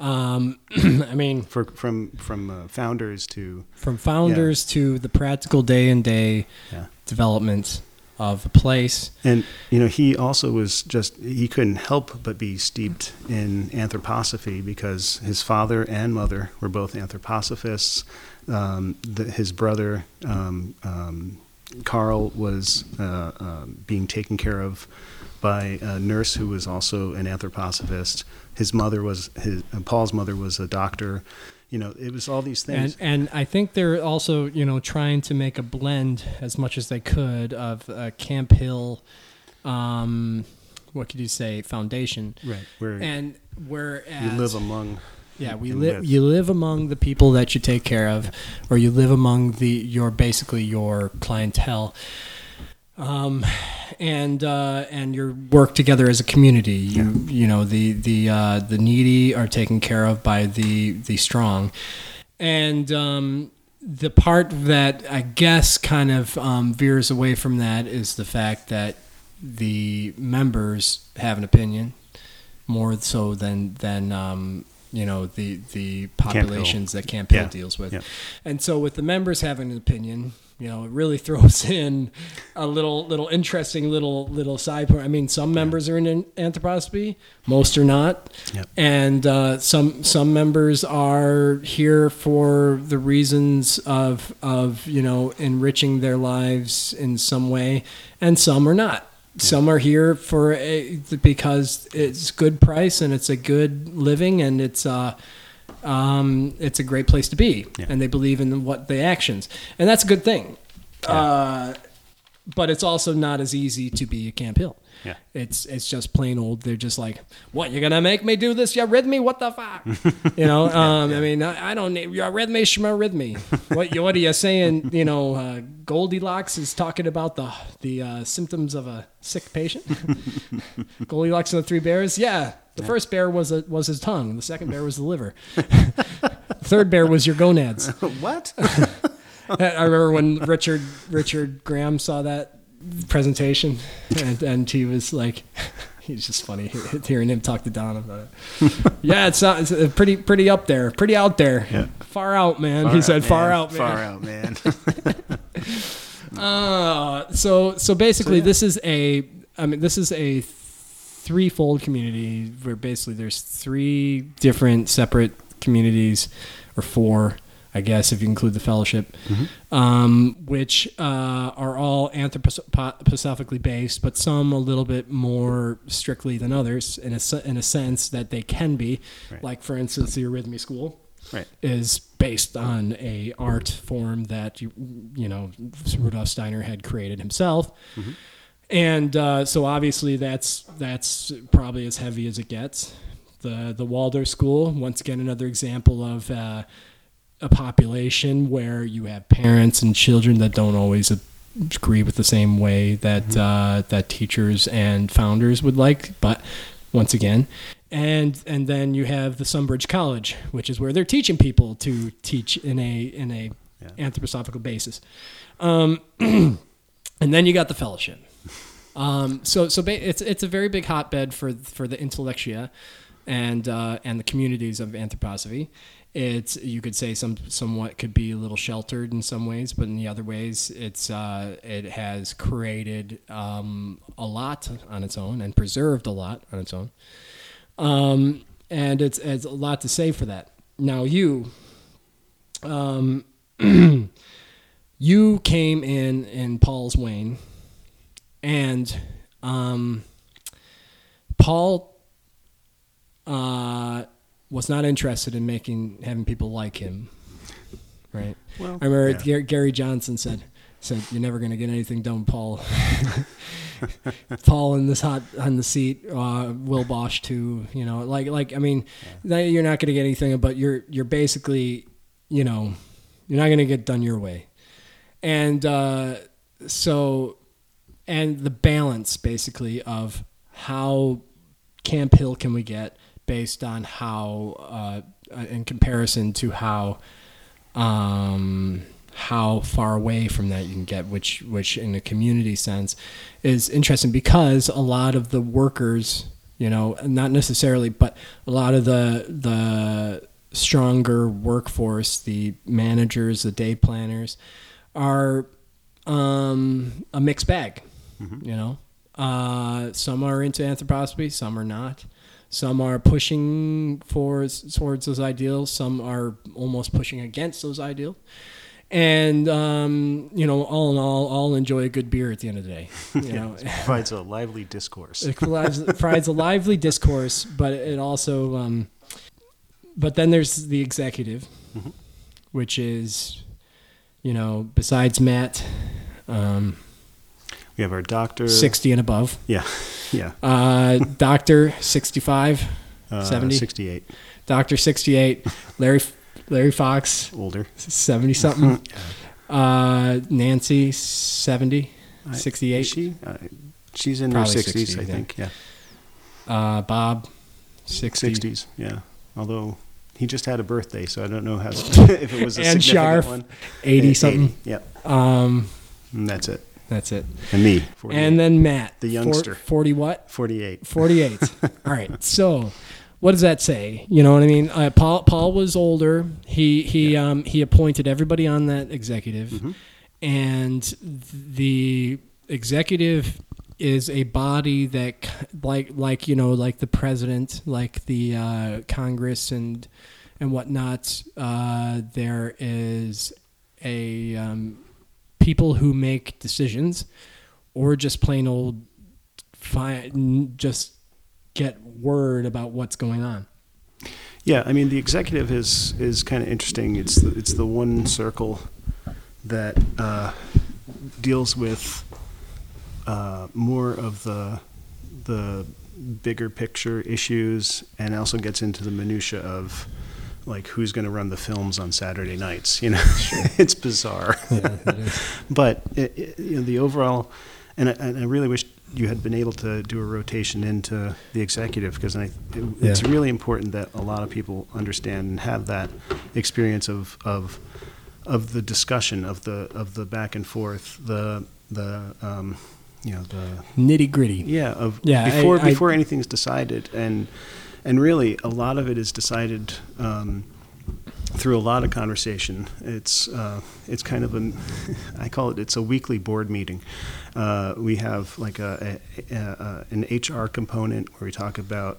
Um, I mean, for, from from uh, founders to from founders to the practical day and day Yeah. development of a place. And you know, he also was just he couldn't help but be steeped in anthroposophy because his father and mother were both anthroposophists. Um, the, his brother um, um, Carl was uh, um being taken care of by a nurse who was also an anthroposophist. His mother was his uh, Paul's mother was a doctor. You know, it was all these things. And and I think they're also you know trying to make a blend as much as they could of uh, Camp Hill, um, what could you say, foundation, right, where and where you live among. Yeah, we and live. with. You live among the people that you take care of, or you live among the your basically your clientele, um, and uh, and you work together as a community. You you know the the uh, the needy are taken care of by the the strong, and um, the part that I guess kind of um, veers away from that is the fact that the members have an opinion more so than than um, you know the the Hill. populations that Camp Hill Yeah. deals with, Yeah. and so with the members having an opinion, you know, it really throws in a little little interesting little little side point. I mean, some members are in an- anthroposophy, most are not, Yeah. and uh, some some members are here for the reasons of of you know enriching their lives in some way, and some are not. Some are here for a, because it's good price and it's a good living and it's uh, um, it's a great place to be, Yeah. and they believe in what the actions, and that's a good thing. Uh, but it's also not as easy to be a Camp Hill. Yeah. It's it's just plain old. They're just like, what you're gonna make me do this? You rhythm me? What the fuck? you know. Um. I mean, I, I don't need your rhythm me, shma rhythm me. What you what are you saying? You know, uh, Goldilocks is talking about the the uh, symptoms of a sick patient. Goldilocks and the Three Bears. Yeah. The first bear was a, was his tongue. The second bear was the liver. Third bear was your gonads. What? I remember when Richard Richard Graham saw that presentation, and, and he was like, he's just funny he- hearing him talk to Don about it. yeah, it's not it's uh, pretty pretty up there, pretty out there, far out, man. he said, far out, man. Far out, man. Uh, so so basically, this is a I mean this is a threefold community where basically there's three different separate communities or four I guess if you include the fellowship, um, which uh, are all anthroposophically based, but some a little bit more strictly than others in a se- in a sense that they can be. Like for instance, the Eurythmy School Right. is based on a art form that you you know Rudolf Steiner had created himself, and uh, so obviously that's that's probably as heavy as it gets. The the Waldorf School once again another example of. Uh, a population where you have parents and children that don't always agree with the same way that uh, that teachers and founders would like. But once again, and and then you have the Sunbridge College, which is where they're teaching people to teach in a in a anthroposophical basis. Um, and then you got the fellowship. Um, so so ba- it's it's a very big hotbed for for the intellectia and uh, and the communities of anthroposophy. It's you could say some somewhat could be a little sheltered in some ways, but in the other ways, it's uh, it has created um, a lot on its own and preserved a lot on its own. Um, and it's, it's a lot to say for that. Now you, um, you came in in Paul's Wayne and um, Paul uh, was not interested in making having people like him. Right. I remember Gar- Gary Johnson said said you're never going to get anything done, Paul. Paul in this hot on the seat, uh, Will Bosch too. You know, like like I mean, that you're not going to get anything, but you're you're basically, you know, you're not going to get done your way, and uh, so and the balance basically of how Camp Hill can we get based on how uh, in comparison to how um, how far away from that you can get, which which in a community sense is interesting because a lot of the workers, you know, not necessarily, but a lot of the the stronger workforce, the managers, the day planners, are um, a mixed bag. You know, uh, some are into anthroposophy, some are not. Some are pushing for towards those ideals. Some are almost pushing against those ideals. And um, you know, all in all, all enjoy a good beer at the end of the day. You know, Provides a lively discourse. it provides, provides a lively discourse, but it also. Um, but then there's the executive, which is, you know, besides Matt, um, We have our doctor. 60 and above. Yeah. Yeah. Uh, doctor 65, Uh, 70. 68. Doctor 68, Larry Larry Fox Older. 70 something. Uh, Nancy 70, Is 68. she? Uh, she's in Probably her 60s, 60s, I yeah. think. Yeah. Uh, Bob 60. 60s. Yeah. Although he just had a birthday, so I don't know how if it was a And significant Sharf, one. 80 something. Yeah. Um, And that's it. that's it. And me. 48. And then Matt, The four- youngster. 40 what? 48. 48. All right. So, what does that say? You know what I mean? Uh, Paul Paul was older. He he um he appointed everybody on that executive. And the executive is a body that c- like like you know like the president, like the uh, Congress and and whatnot. Uh, there is a um, people who make decisions or just plain old find just get word about what's going on. Yeah, I mean the executive is is kind of interesting. It's the, it's the one circle that uh, deals with uh, more of the the bigger picture issues, and also gets into the minutia of like who's going to run the films on Saturday nights. You know, it's bizarre. but it, it, you know, the overall, and I, and I really wish you had been able to do a rotation into the executive because I, it, it's Yeah. really important that a lot of people understand and have that experience of of of the discussion of the of the back and forth, the the um, you know the Nitty gritty. yeah, of Yeah, I- before I- before anything's decided, and and really a lot of it is decided um, through a lot of conversation. It's uh, it's kind of an I call it it's a weekly board meeting. Uh, we have like a, a, a, an HR component where we talk about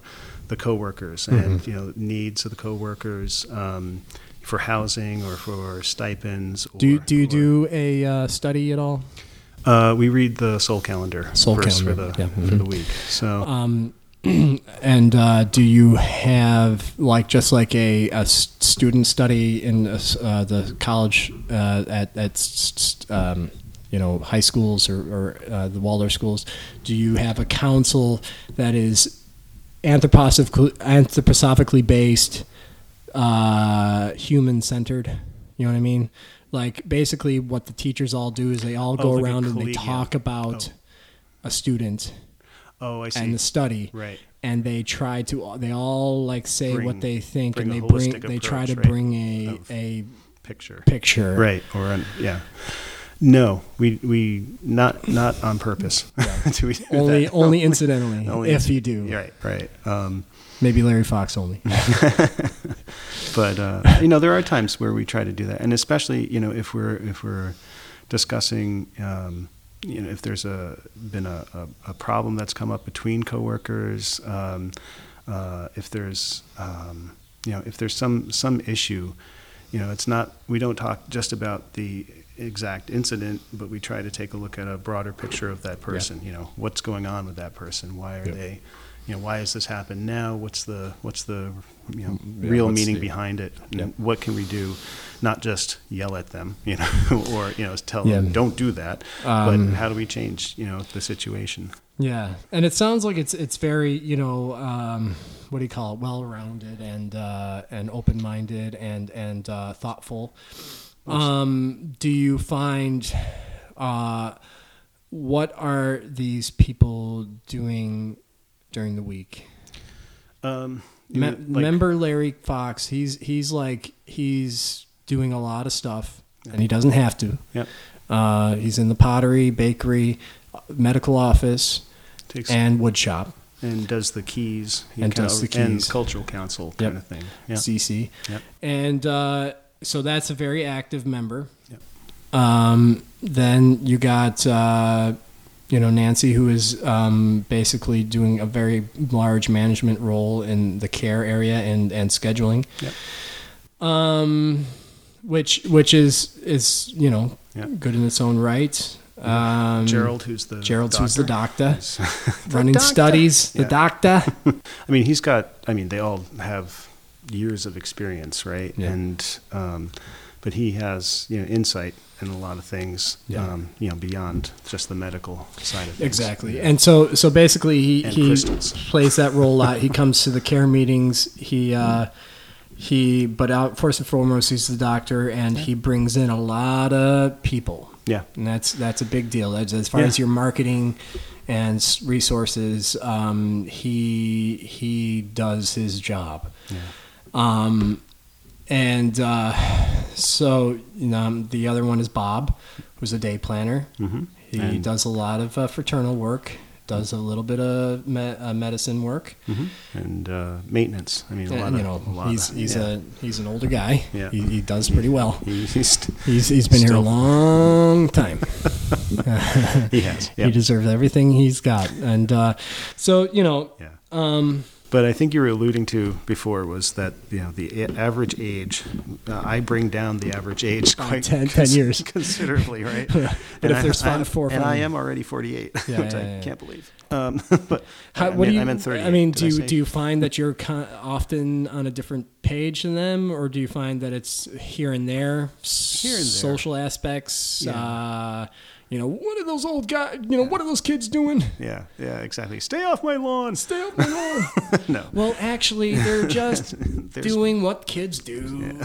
the coworkers Mm-hmm. and you know needs of the coworkers. Um, for housing or for stipends. Or, Do you, do you or- do a uh, study at all? Uh, we read the soul calendar. Soul first calendar, for the yeah, for the mhm. week. So Um, and uh, do you have like just like a, a s- student study in a s uh, the college uh, at at s- s- um, you know high schools or, or uh, the Waldorf schools? Do you have a council that is anthroposophic- anthroposophically based, uh, human centered? You know what I mean? Like basically, what the teachers all do is they all go Oh, like a around and they collegium. talk about a student Oh, I see. and the study Right. and they try to they all like say Bring- what they think bring and they a bring holistic they try to approach, right, bring a of- a picture. picture Right. Or on, yeah. No, we we not not on purpose. Do we do only that? only incidentally Only if inci- you do Right. Right. Um, maybe Larry Fox only but uh, you know there are times where we try to do that, and especially you know if we're if we're discussing. Um, you know, if there's a been a, a, a problem that's come up between coworkers, um, uh, if there's um, you know if there's some some issue, you know, it's not we don't talk just about the exact incident, but we try to take a look at a broader picture of that person. You know, what's going on with that person? Why are they? You know, why has this happened now? What's the what's the you know Mm-hmm. yeah, real what's meaning the- behind it? And Yeah. What can we do? Not just yell at them, you know, or you know, tell Yeah. them don't do that. Um, but how do we change you know the situation? yeah and it sounds like it's it's very you know um what do you call it well rounded and uh and open minded and and uh thoughtful um do you find uh what are these people doing during the week Um, you Me- know, like- remember Larry Fox? He's he's like he's doing a lot of stuff, and he doesn't have to. Yep. Uh, he's in the pottery, bakery, uh, medical office, Takes- and wood shop. and does the keys he And does cal- the and keys. cultural council Yep. kind of thing. Yeah. CC. Yep. And uh, so that's a very active member. Yep. Um, then you got, uh, you know, Nancy, who is um, basically doing a very large management role in the care area and, and scheduling. Um, which which is is you know Yep. good in its own right. Um, Gerald, who's the Gerald's who's the doctor. doctor, The running doctor. studies. The Yeah. doctor. I mean, he's got. I mean, they all have years of experience, right? Yeah. And um, but he has you know insight in a lot of things. Yeah. Um, you know, beyond just the medical side of things. Exactly. And so so basically he And he crystals. plays that role a lot. He comes to the care meetings. He uh he but out first and foremost he's the doctor and he brings in a lot of people. yeah. And that's that's a big deal. As, as far Yeah. as your marketing and s- resources, um, he he does his job. Um, and uh, so you know, um, the other one is Bob, who's a day planner. Mhm. He And- does a lot of uh, fraternal work. Does a little bit of me- uh, medicine work. And uh, maintenance. I mean, Mm-hmm. a lot And, of you know, a lot he's of, he's yeah. a he's an older guy. Yeah. He, he does pretty well. He- he's He's he's been here a Still. long time. he has yeah. He deserves everything he's got. And uh, so, you know, yeah. um, But I think you were alluding to before was that you know the a- average age. Uh, I bring down the average age By quite 10 10 years. considerably, right? But And if there's I, five- I, four or and I five- am already forty-eight, Yeah, which yeah, I yeah. can't believe. Um, but how, I what meant, do you, I meant thirty. I mean, do you, do you find that you're con- often on a different page than them, or do you find that it's here and there, Here and there. social aspects, Yeah. uh, You know, what are those old guys? You know, what are those kids doing? Yeah, yeah, exactly. Stay off my lawn. Stay off my lawn. no, well, actually, they're just There's- doing what kids do.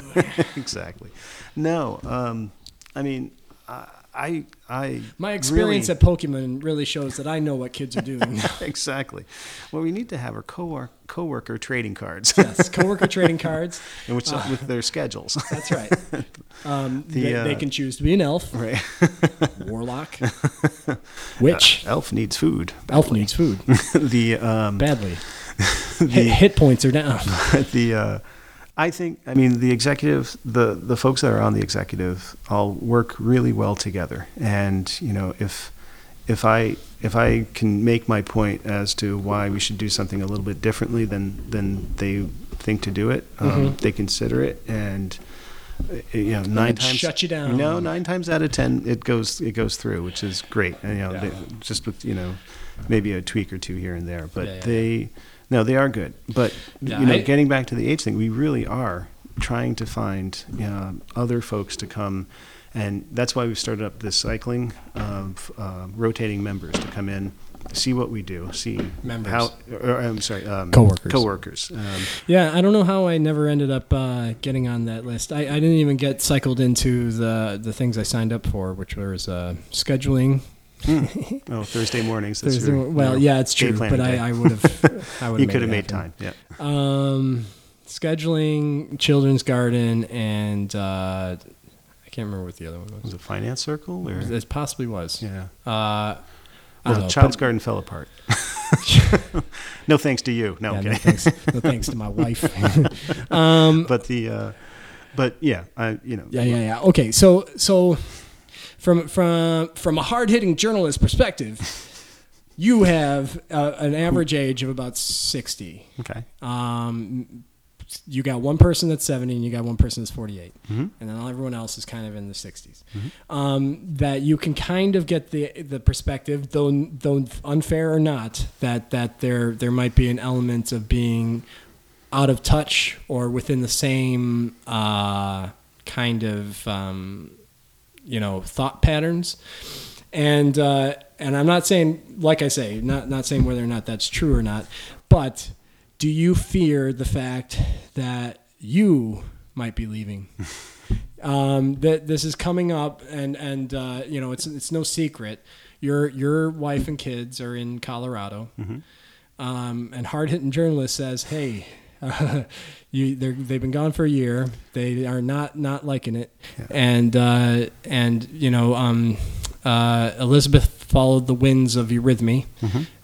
exactly. No, um, I mean, I, I, I My experience really- at Pokemon really shows that I know what kids are doing. exactly. What we need to have are co coworker trading cards, yes, coworker trading cards. in which with their schedules, That's right. Um, they, uh, they can choose to be an elf, right? warlock, witch. Elf needs food. elf needs food the um, badly. Hit, hit points are down. the uh, I think I mean the executive the the folks that are on the executive all work really well together and you know if if I if I can make my point as to why we should do something a little bit differently than than they think to do it um, Mm-hmm. they consider it and uh, you know nine it times shut you down. no nine times out of ten it goes it goes through which is great and, you know they, just with you know maybe a tweak or two here and there but Yeah, yeah. they no they are good but Yeah, you know I- getting back to the age thing we really are trying to find um, other folks to come and that's why we started up this cycling of um, rotating members to come in see what we do see Members. how or, i'm sorry um, Coworkers. coworkers um, Yeah, I don't know how I never ended up uh, getting on that list. I, I didn't even get cycled into the the things I signed up for, which was uh, scheduling. oh thursday mornings that's Thursday, your, well, your yeah, it's day true, planning but day. I, I would have. I would you could have it made happen. time yeah Um, scheduling, children's garden, and uh, I can't remember what the other one was. was it finance circle or It possibly was. yeah Uh, I Well, don't know, Child's Garden fell apart. no thanks to you. No, but- okay. yeah, no, thanks, no thanks to my wife. but the, uh, but yeah, I you know Yeah, yeah, yeah. Okay, so so from from from a hard hitting journalist perspective, you have uh, an average age of about sixty. okay Um, you got one person that's seventy, and you got one person that's 48 and then everyone else is kind of in the 60s Um, that you can kind of get the the perspective, though though unfair or not, that that there there might be an element of being out of touch or within the same uh, kind of um, you know thought patterns and uh, and I'm not saying like I say not not saying whether or not that's true or not but do you fear the fact that you might be leaving um, that this is coming up and and uh, you know it's it's no secret your your wife and kids are in Colorado um, and hard hitting journalist says, "Hey, you they're, they've been gone for a year. They are not not liking it." And uh, and you know, um, uh, Elizabeth followed the winds of Eurythmy,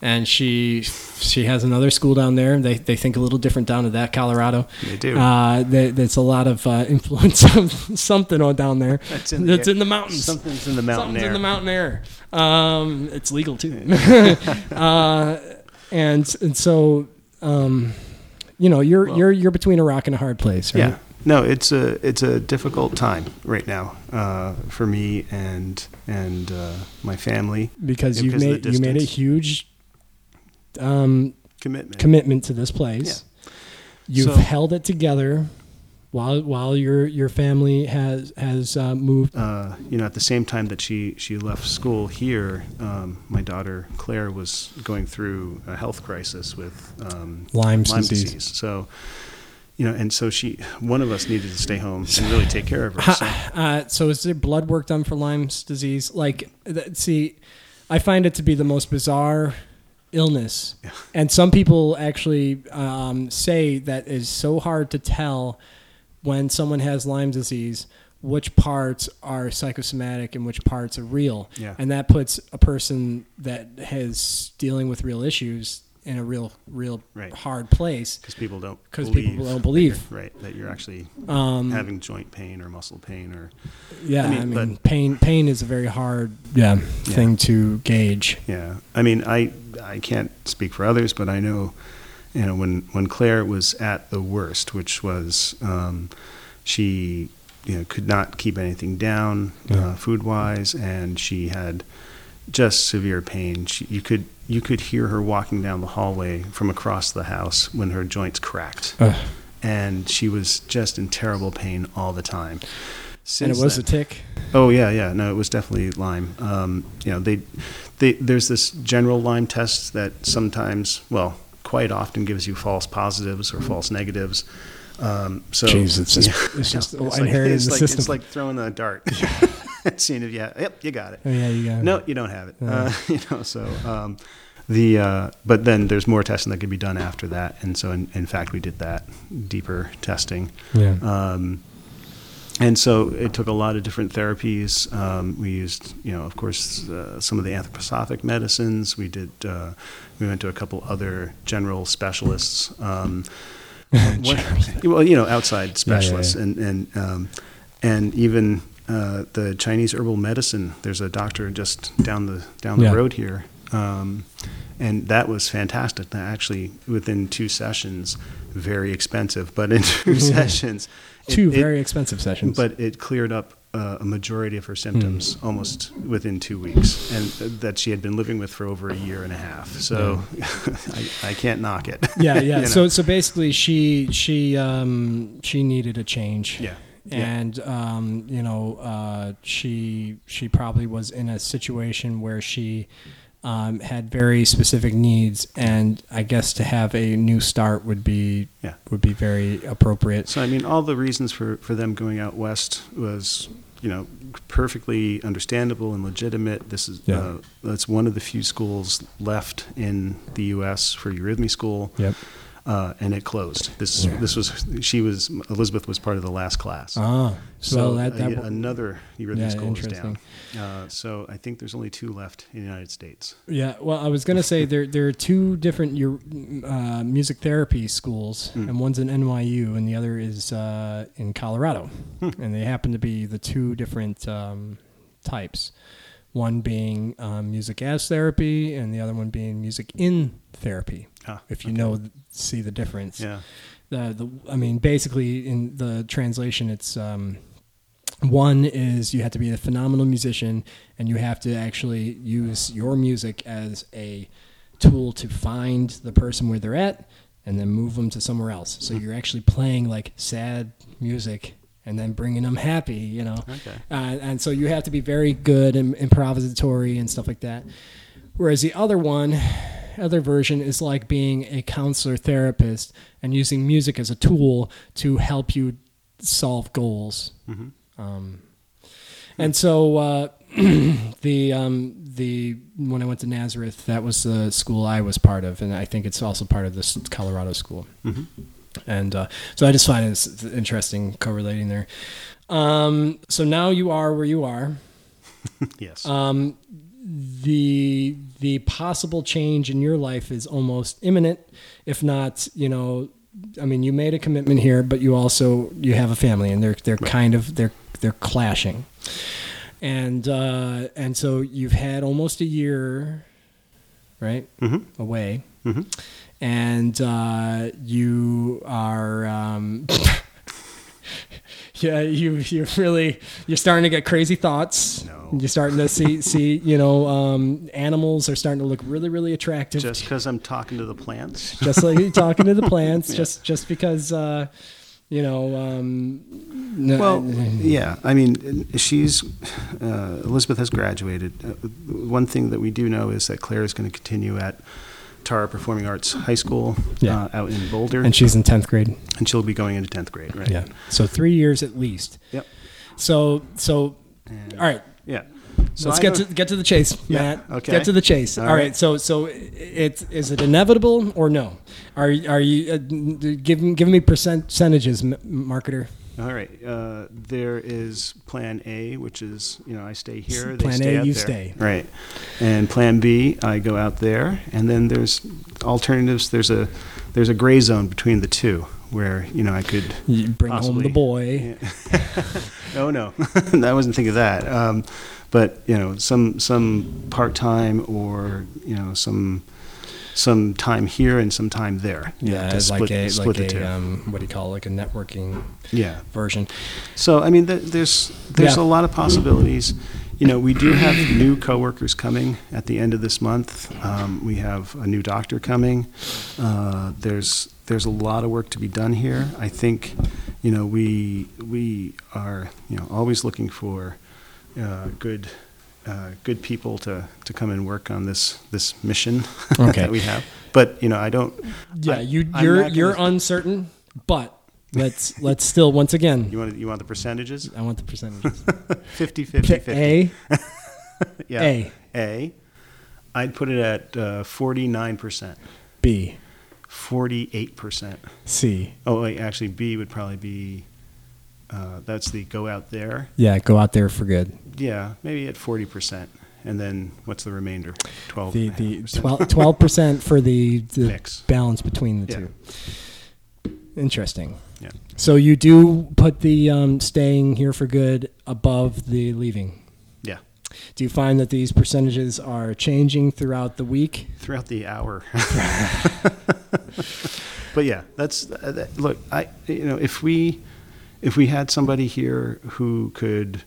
and she she has another school down there. They they think a little different down to that Colorado. They do. Uh, there- there's a lot of uh, influence of something on down there. That's in the air. mountains. something's in the mountain Something's air. in the mountain air. Um, it's legal too. uh, and and so, um, you know, you're you're you're between a rock and a hard place, right? Yeah. No, it's a it's a difficult time right now uh, for me and and uh, my family Because Yeah, you because of made the you made a distance. huge um, commitment. commitment to this place. You've So- held it together while while your your family has has uh, moved. uh, you know, at the same time that she, she left school here, um, my daughter Claire was going through a health crisis with um, Lyme's disease. So, you know, and so she, one of us needed to stay home and really take care of her. So, Uh, so is there blood work done for Lyme's disease? Like, th- see, I find it to be the most bizarre illness, and some people actually um, say that is so hard to tell when someone has Lyme disease which parts are psychosomatic and which parts are real, Yeah. and that puts a person that is dealing with real issues in a real, real Right. hard place. because people don't 'Cause people don't believe. that you're- right that you're actually Um, having joint pain or muscle pain or Yeah, I mean, mean, but- pain, pain is a very hard yeah, thing to gauge. Yeah, I mean, I I can't speak for others, but I know, you know, when when Claire was at the worst, which was um, she, you know, could not keep anything down uh, food wise, and she had just severe pain. She, you could you could hear her walking down the hallway from across the house when her joints cracked. And she was just in terrible pain all the time. and Since it was then- a tick. Oh yeah, yeah. No, it was definitely Lyme. Um, you know, they, they there's this general Lyme test that sometimes, well, quite often gives you false positives or false negatives. Um, so Jeez, it's just- Yeah. it's just- No, I inherited it's the like, system. It's like throwing a dart. Seeing if you have, yep, you got it. Oh, yeah, you got it. No, you don't have it. Uh, you know, so um, the uh, but then there's more testing that could be done after that, and so in, in fact we did that deeper testing. Yeah. Um, and so it took a lot of different therapies. Um, we used, you know, of course, uh, some of the anthroposophic medicines. We did. Uh, we went to a couple other general specialists. Um, what- well, you know, outside specialists yeah. and and um, and even uh, the Chinese herbal medicine. There's a doctor just down the down the Yeah. road here, um, and that was fantastic. That actually, within two sessions, very expensive, but in two sessions, it- Two it- very expensive sessions. but it cleared up uh, a majority of her symptoms Hmm. almost within two weeks, and th- that she had been living with for over a year and a half. So I, I can't knock it. yeah, yeah. You know? So so basically, she she um she needed a change. Yeah. Yeah. And um, you know, uh, she she probably was in a situation where she um, had very specific needs, and I guess to have a new start would be Yeah. would be very appropriate. So I mean, all the reasons for, for them going out west was, you know, perfectly understandable and legitimate. This is Yeah. uh, that's one of the few schools left in the U.S. for eurythmy school. Yep. Uh, and it closed. This this was she was Elizabeth was part of the last class. Ah, so, So uh, that, that a- w- another Eurhythmic Yeah, school is interesting. down. Uh, so I think there's only two left in the United States. Yeah, well, I was gonna say there there are two different your uh, music therapy schools, Hmm. and one's in NYU, and the other is uh, in Colorado, Hmm. and they happen to be the two different um, types. One being um, music as therapy, and the other one being music in therapy. Ah, if you know, see the difference. Yeah. The, the I mean, basically in the translation, it's um, one is you have to be a phenomenal musician and you have to actually use your music as a tool to find the person where they're at and then move them to somewhere else. So you're actually playing like sad music and then bringing them happy, you know? Okay. Uh, and so you have to be very good and improvisatory and stuff like that. Whereas the other one, other version is like being a counselor therapist and using music as a tool to help you solve goals. Um, and so uh, the um, the when I went to Nazareth, that was the school I was part of, and I think it's also part of this Colorado school. And uh, so I just find it's interesting correlating there. Um, so now you are where you are Yes. Um, the the possible change in your life is almost imminent if not you know i mean you made a commitment here but you also you have a family and they're they're kind of they're they're clashing and uh and so you've had almost a year right mm-hmm. away mm-hmm. and uh you are um yeah, you you really you're starting to get crazy thoughts. No. You're starting to see see you know um, animals are starting to look really really attractive. Just, Just because I'm talking to the plants. like you talking to the plants, just just because uh, you know. Um, no- Well, yeah. I mean, she's uh, Elizabeth has graduated. Uh, one thing that we do know is that Claire is going to continue at Tara Performing Arts High School Yeah. uh, out in Boulder, and she's in tenth grade. and she'll be going into tenth grade, right? Yeah, so three years at least. Yep. So so, all right. Yeah. So Let's I get to don't- get to the chase, Yeah, Matt. okay. Get to the chase. All All right. right. So so it's is it inevitable or no? Are are you uh, give me- give me percentages, m- marketer? All right. Uh, there is Plan A, which is you know I stay here. They Plan stay A, out you there. stay. Right. And Plan B, I go out there, and then there's alternatives. There's a there's a gray zone between the two where you know I could You bring home possibly- the boy. Oh no, I wasn't thinking of that. Um, but you know, some some part time or you know some some time here and some time there. You have to like a split the like two. a um, what do you call it, like a networking yeah. version? So I mean, th- there's there's Yeah. a lot of possibilities. You know, we do have new coworkers coming at the end of this month. Um, we have a new doctor coming. Uh, there's there's a lot of work to be done here. I think you know, we we are you know always looking for uh, good uh, good people to to come and work on this this mission Okay. that we have. But you know, I don't. Yeah, I- you I'm you're not you're gonna- uncertain, but let's let's still once again. You want you want the percentages? I want the percentages. 50, 50, 50. A yeah. A. A. I'd put it at uh, 49%, B 48%. C. Oh, wait, actually, B would probably be uh, that's the go out there. Yeah, go out there for good. Yeah, maybe at 40%. And then what's the remainder? 12 The the 12 percent for the, the Mix. balance between the Yeah. two. Interesting. Yeah. So you do put the um, staying here for good above the leaving. Yeah. Do you find that these percentages are changing throughout the week? Throughout the hour. but yeah, that's uh, that, look, I you know, if we if we had somebody here who could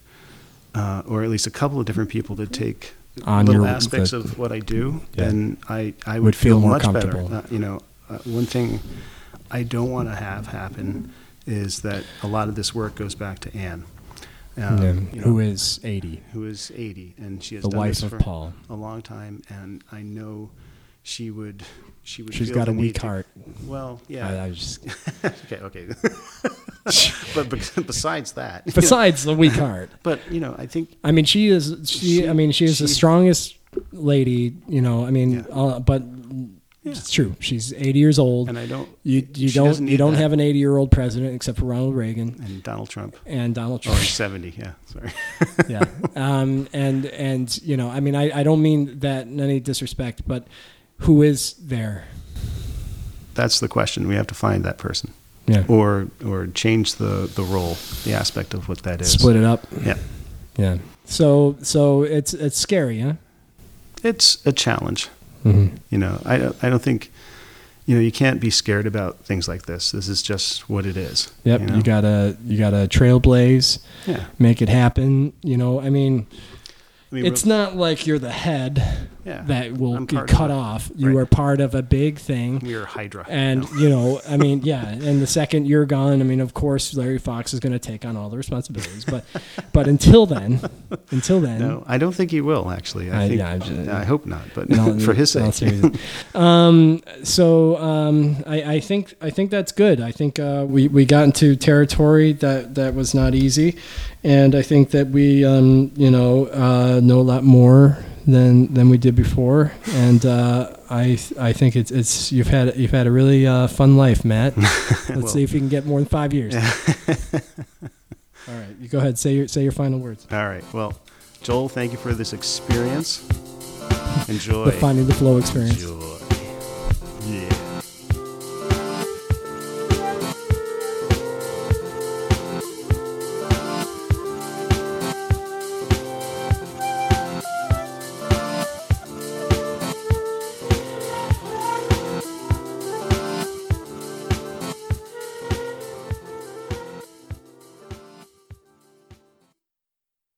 uh, or at least a couple of different people to take On little your- aspects the- of what I do, Yeah. then I, I would, Would feel feel, more much comfortable. better. Uh, you know, uh, one thing I don't want to have happen is that a lot of this work goes back to Anne, um, you know, Who is 80? who is 80, and she has The done wife this of for Paul. a long time, and I know she would. She would. She's feel got the a weak need to- heart. Well, I, I yeah. was just, okay, okay. but be- besides that, besides the weak heart. but you know, I think I mean, she is she. She- I mean, she is the she- strongest lady. You know. I mean, Yeah. uh, but it's true. She's eighty years old. And I don't- You you she don't doesn't you need don't that. have an eighty year old president except for Ronald Reagan and Donald Trump. and Donald Or Trump. 70, Oh, yeah, sorry. yeah. Um. And and you know. I mean, I I don't mean that in any disrespect, but who is there? That's the question. We have to find that person. Yeah. Or or change the, the role, the aspect of what that is. Split it up. Yeah. Yeah. So so it's it's scary, huh? It's a challenge. Mm-hmm. You know, I don't, I don't think, you know, you can't be scared about things like this. This is just what it is. Yep, you, know? gotta you gotta trailblaze, Yeah. make it happen. You know, I mean, I mean, it's we're- not like you're the head Yeah, that will I'm get part of cut it. off. You Right. are part of a big thing, We are Hydra. and No. you know, I mean, yeah. And the second you're gone, I mean, of course, Larry Fox is going to take on all the responsibilities. But but until then, until then, No, I don't think he will, actually. I, I- think, yeah, I'm just- I hope not, but in all- for his in all sake. seriousness. um, so um, I, I think I think that's good. I think uh, we we got into territory that that was not easy, and I think that we um, you know uh, know a lot more than than we did before. And uh, I I think it's it's you've had you've had a really uh, fun life, Matt. Let's see if you can get more than five years. All right, you go ahead. Say your say your final words. All right. Well, Joel, thank you for this experience. Enjoy. The finding the flow experience. Enjoy.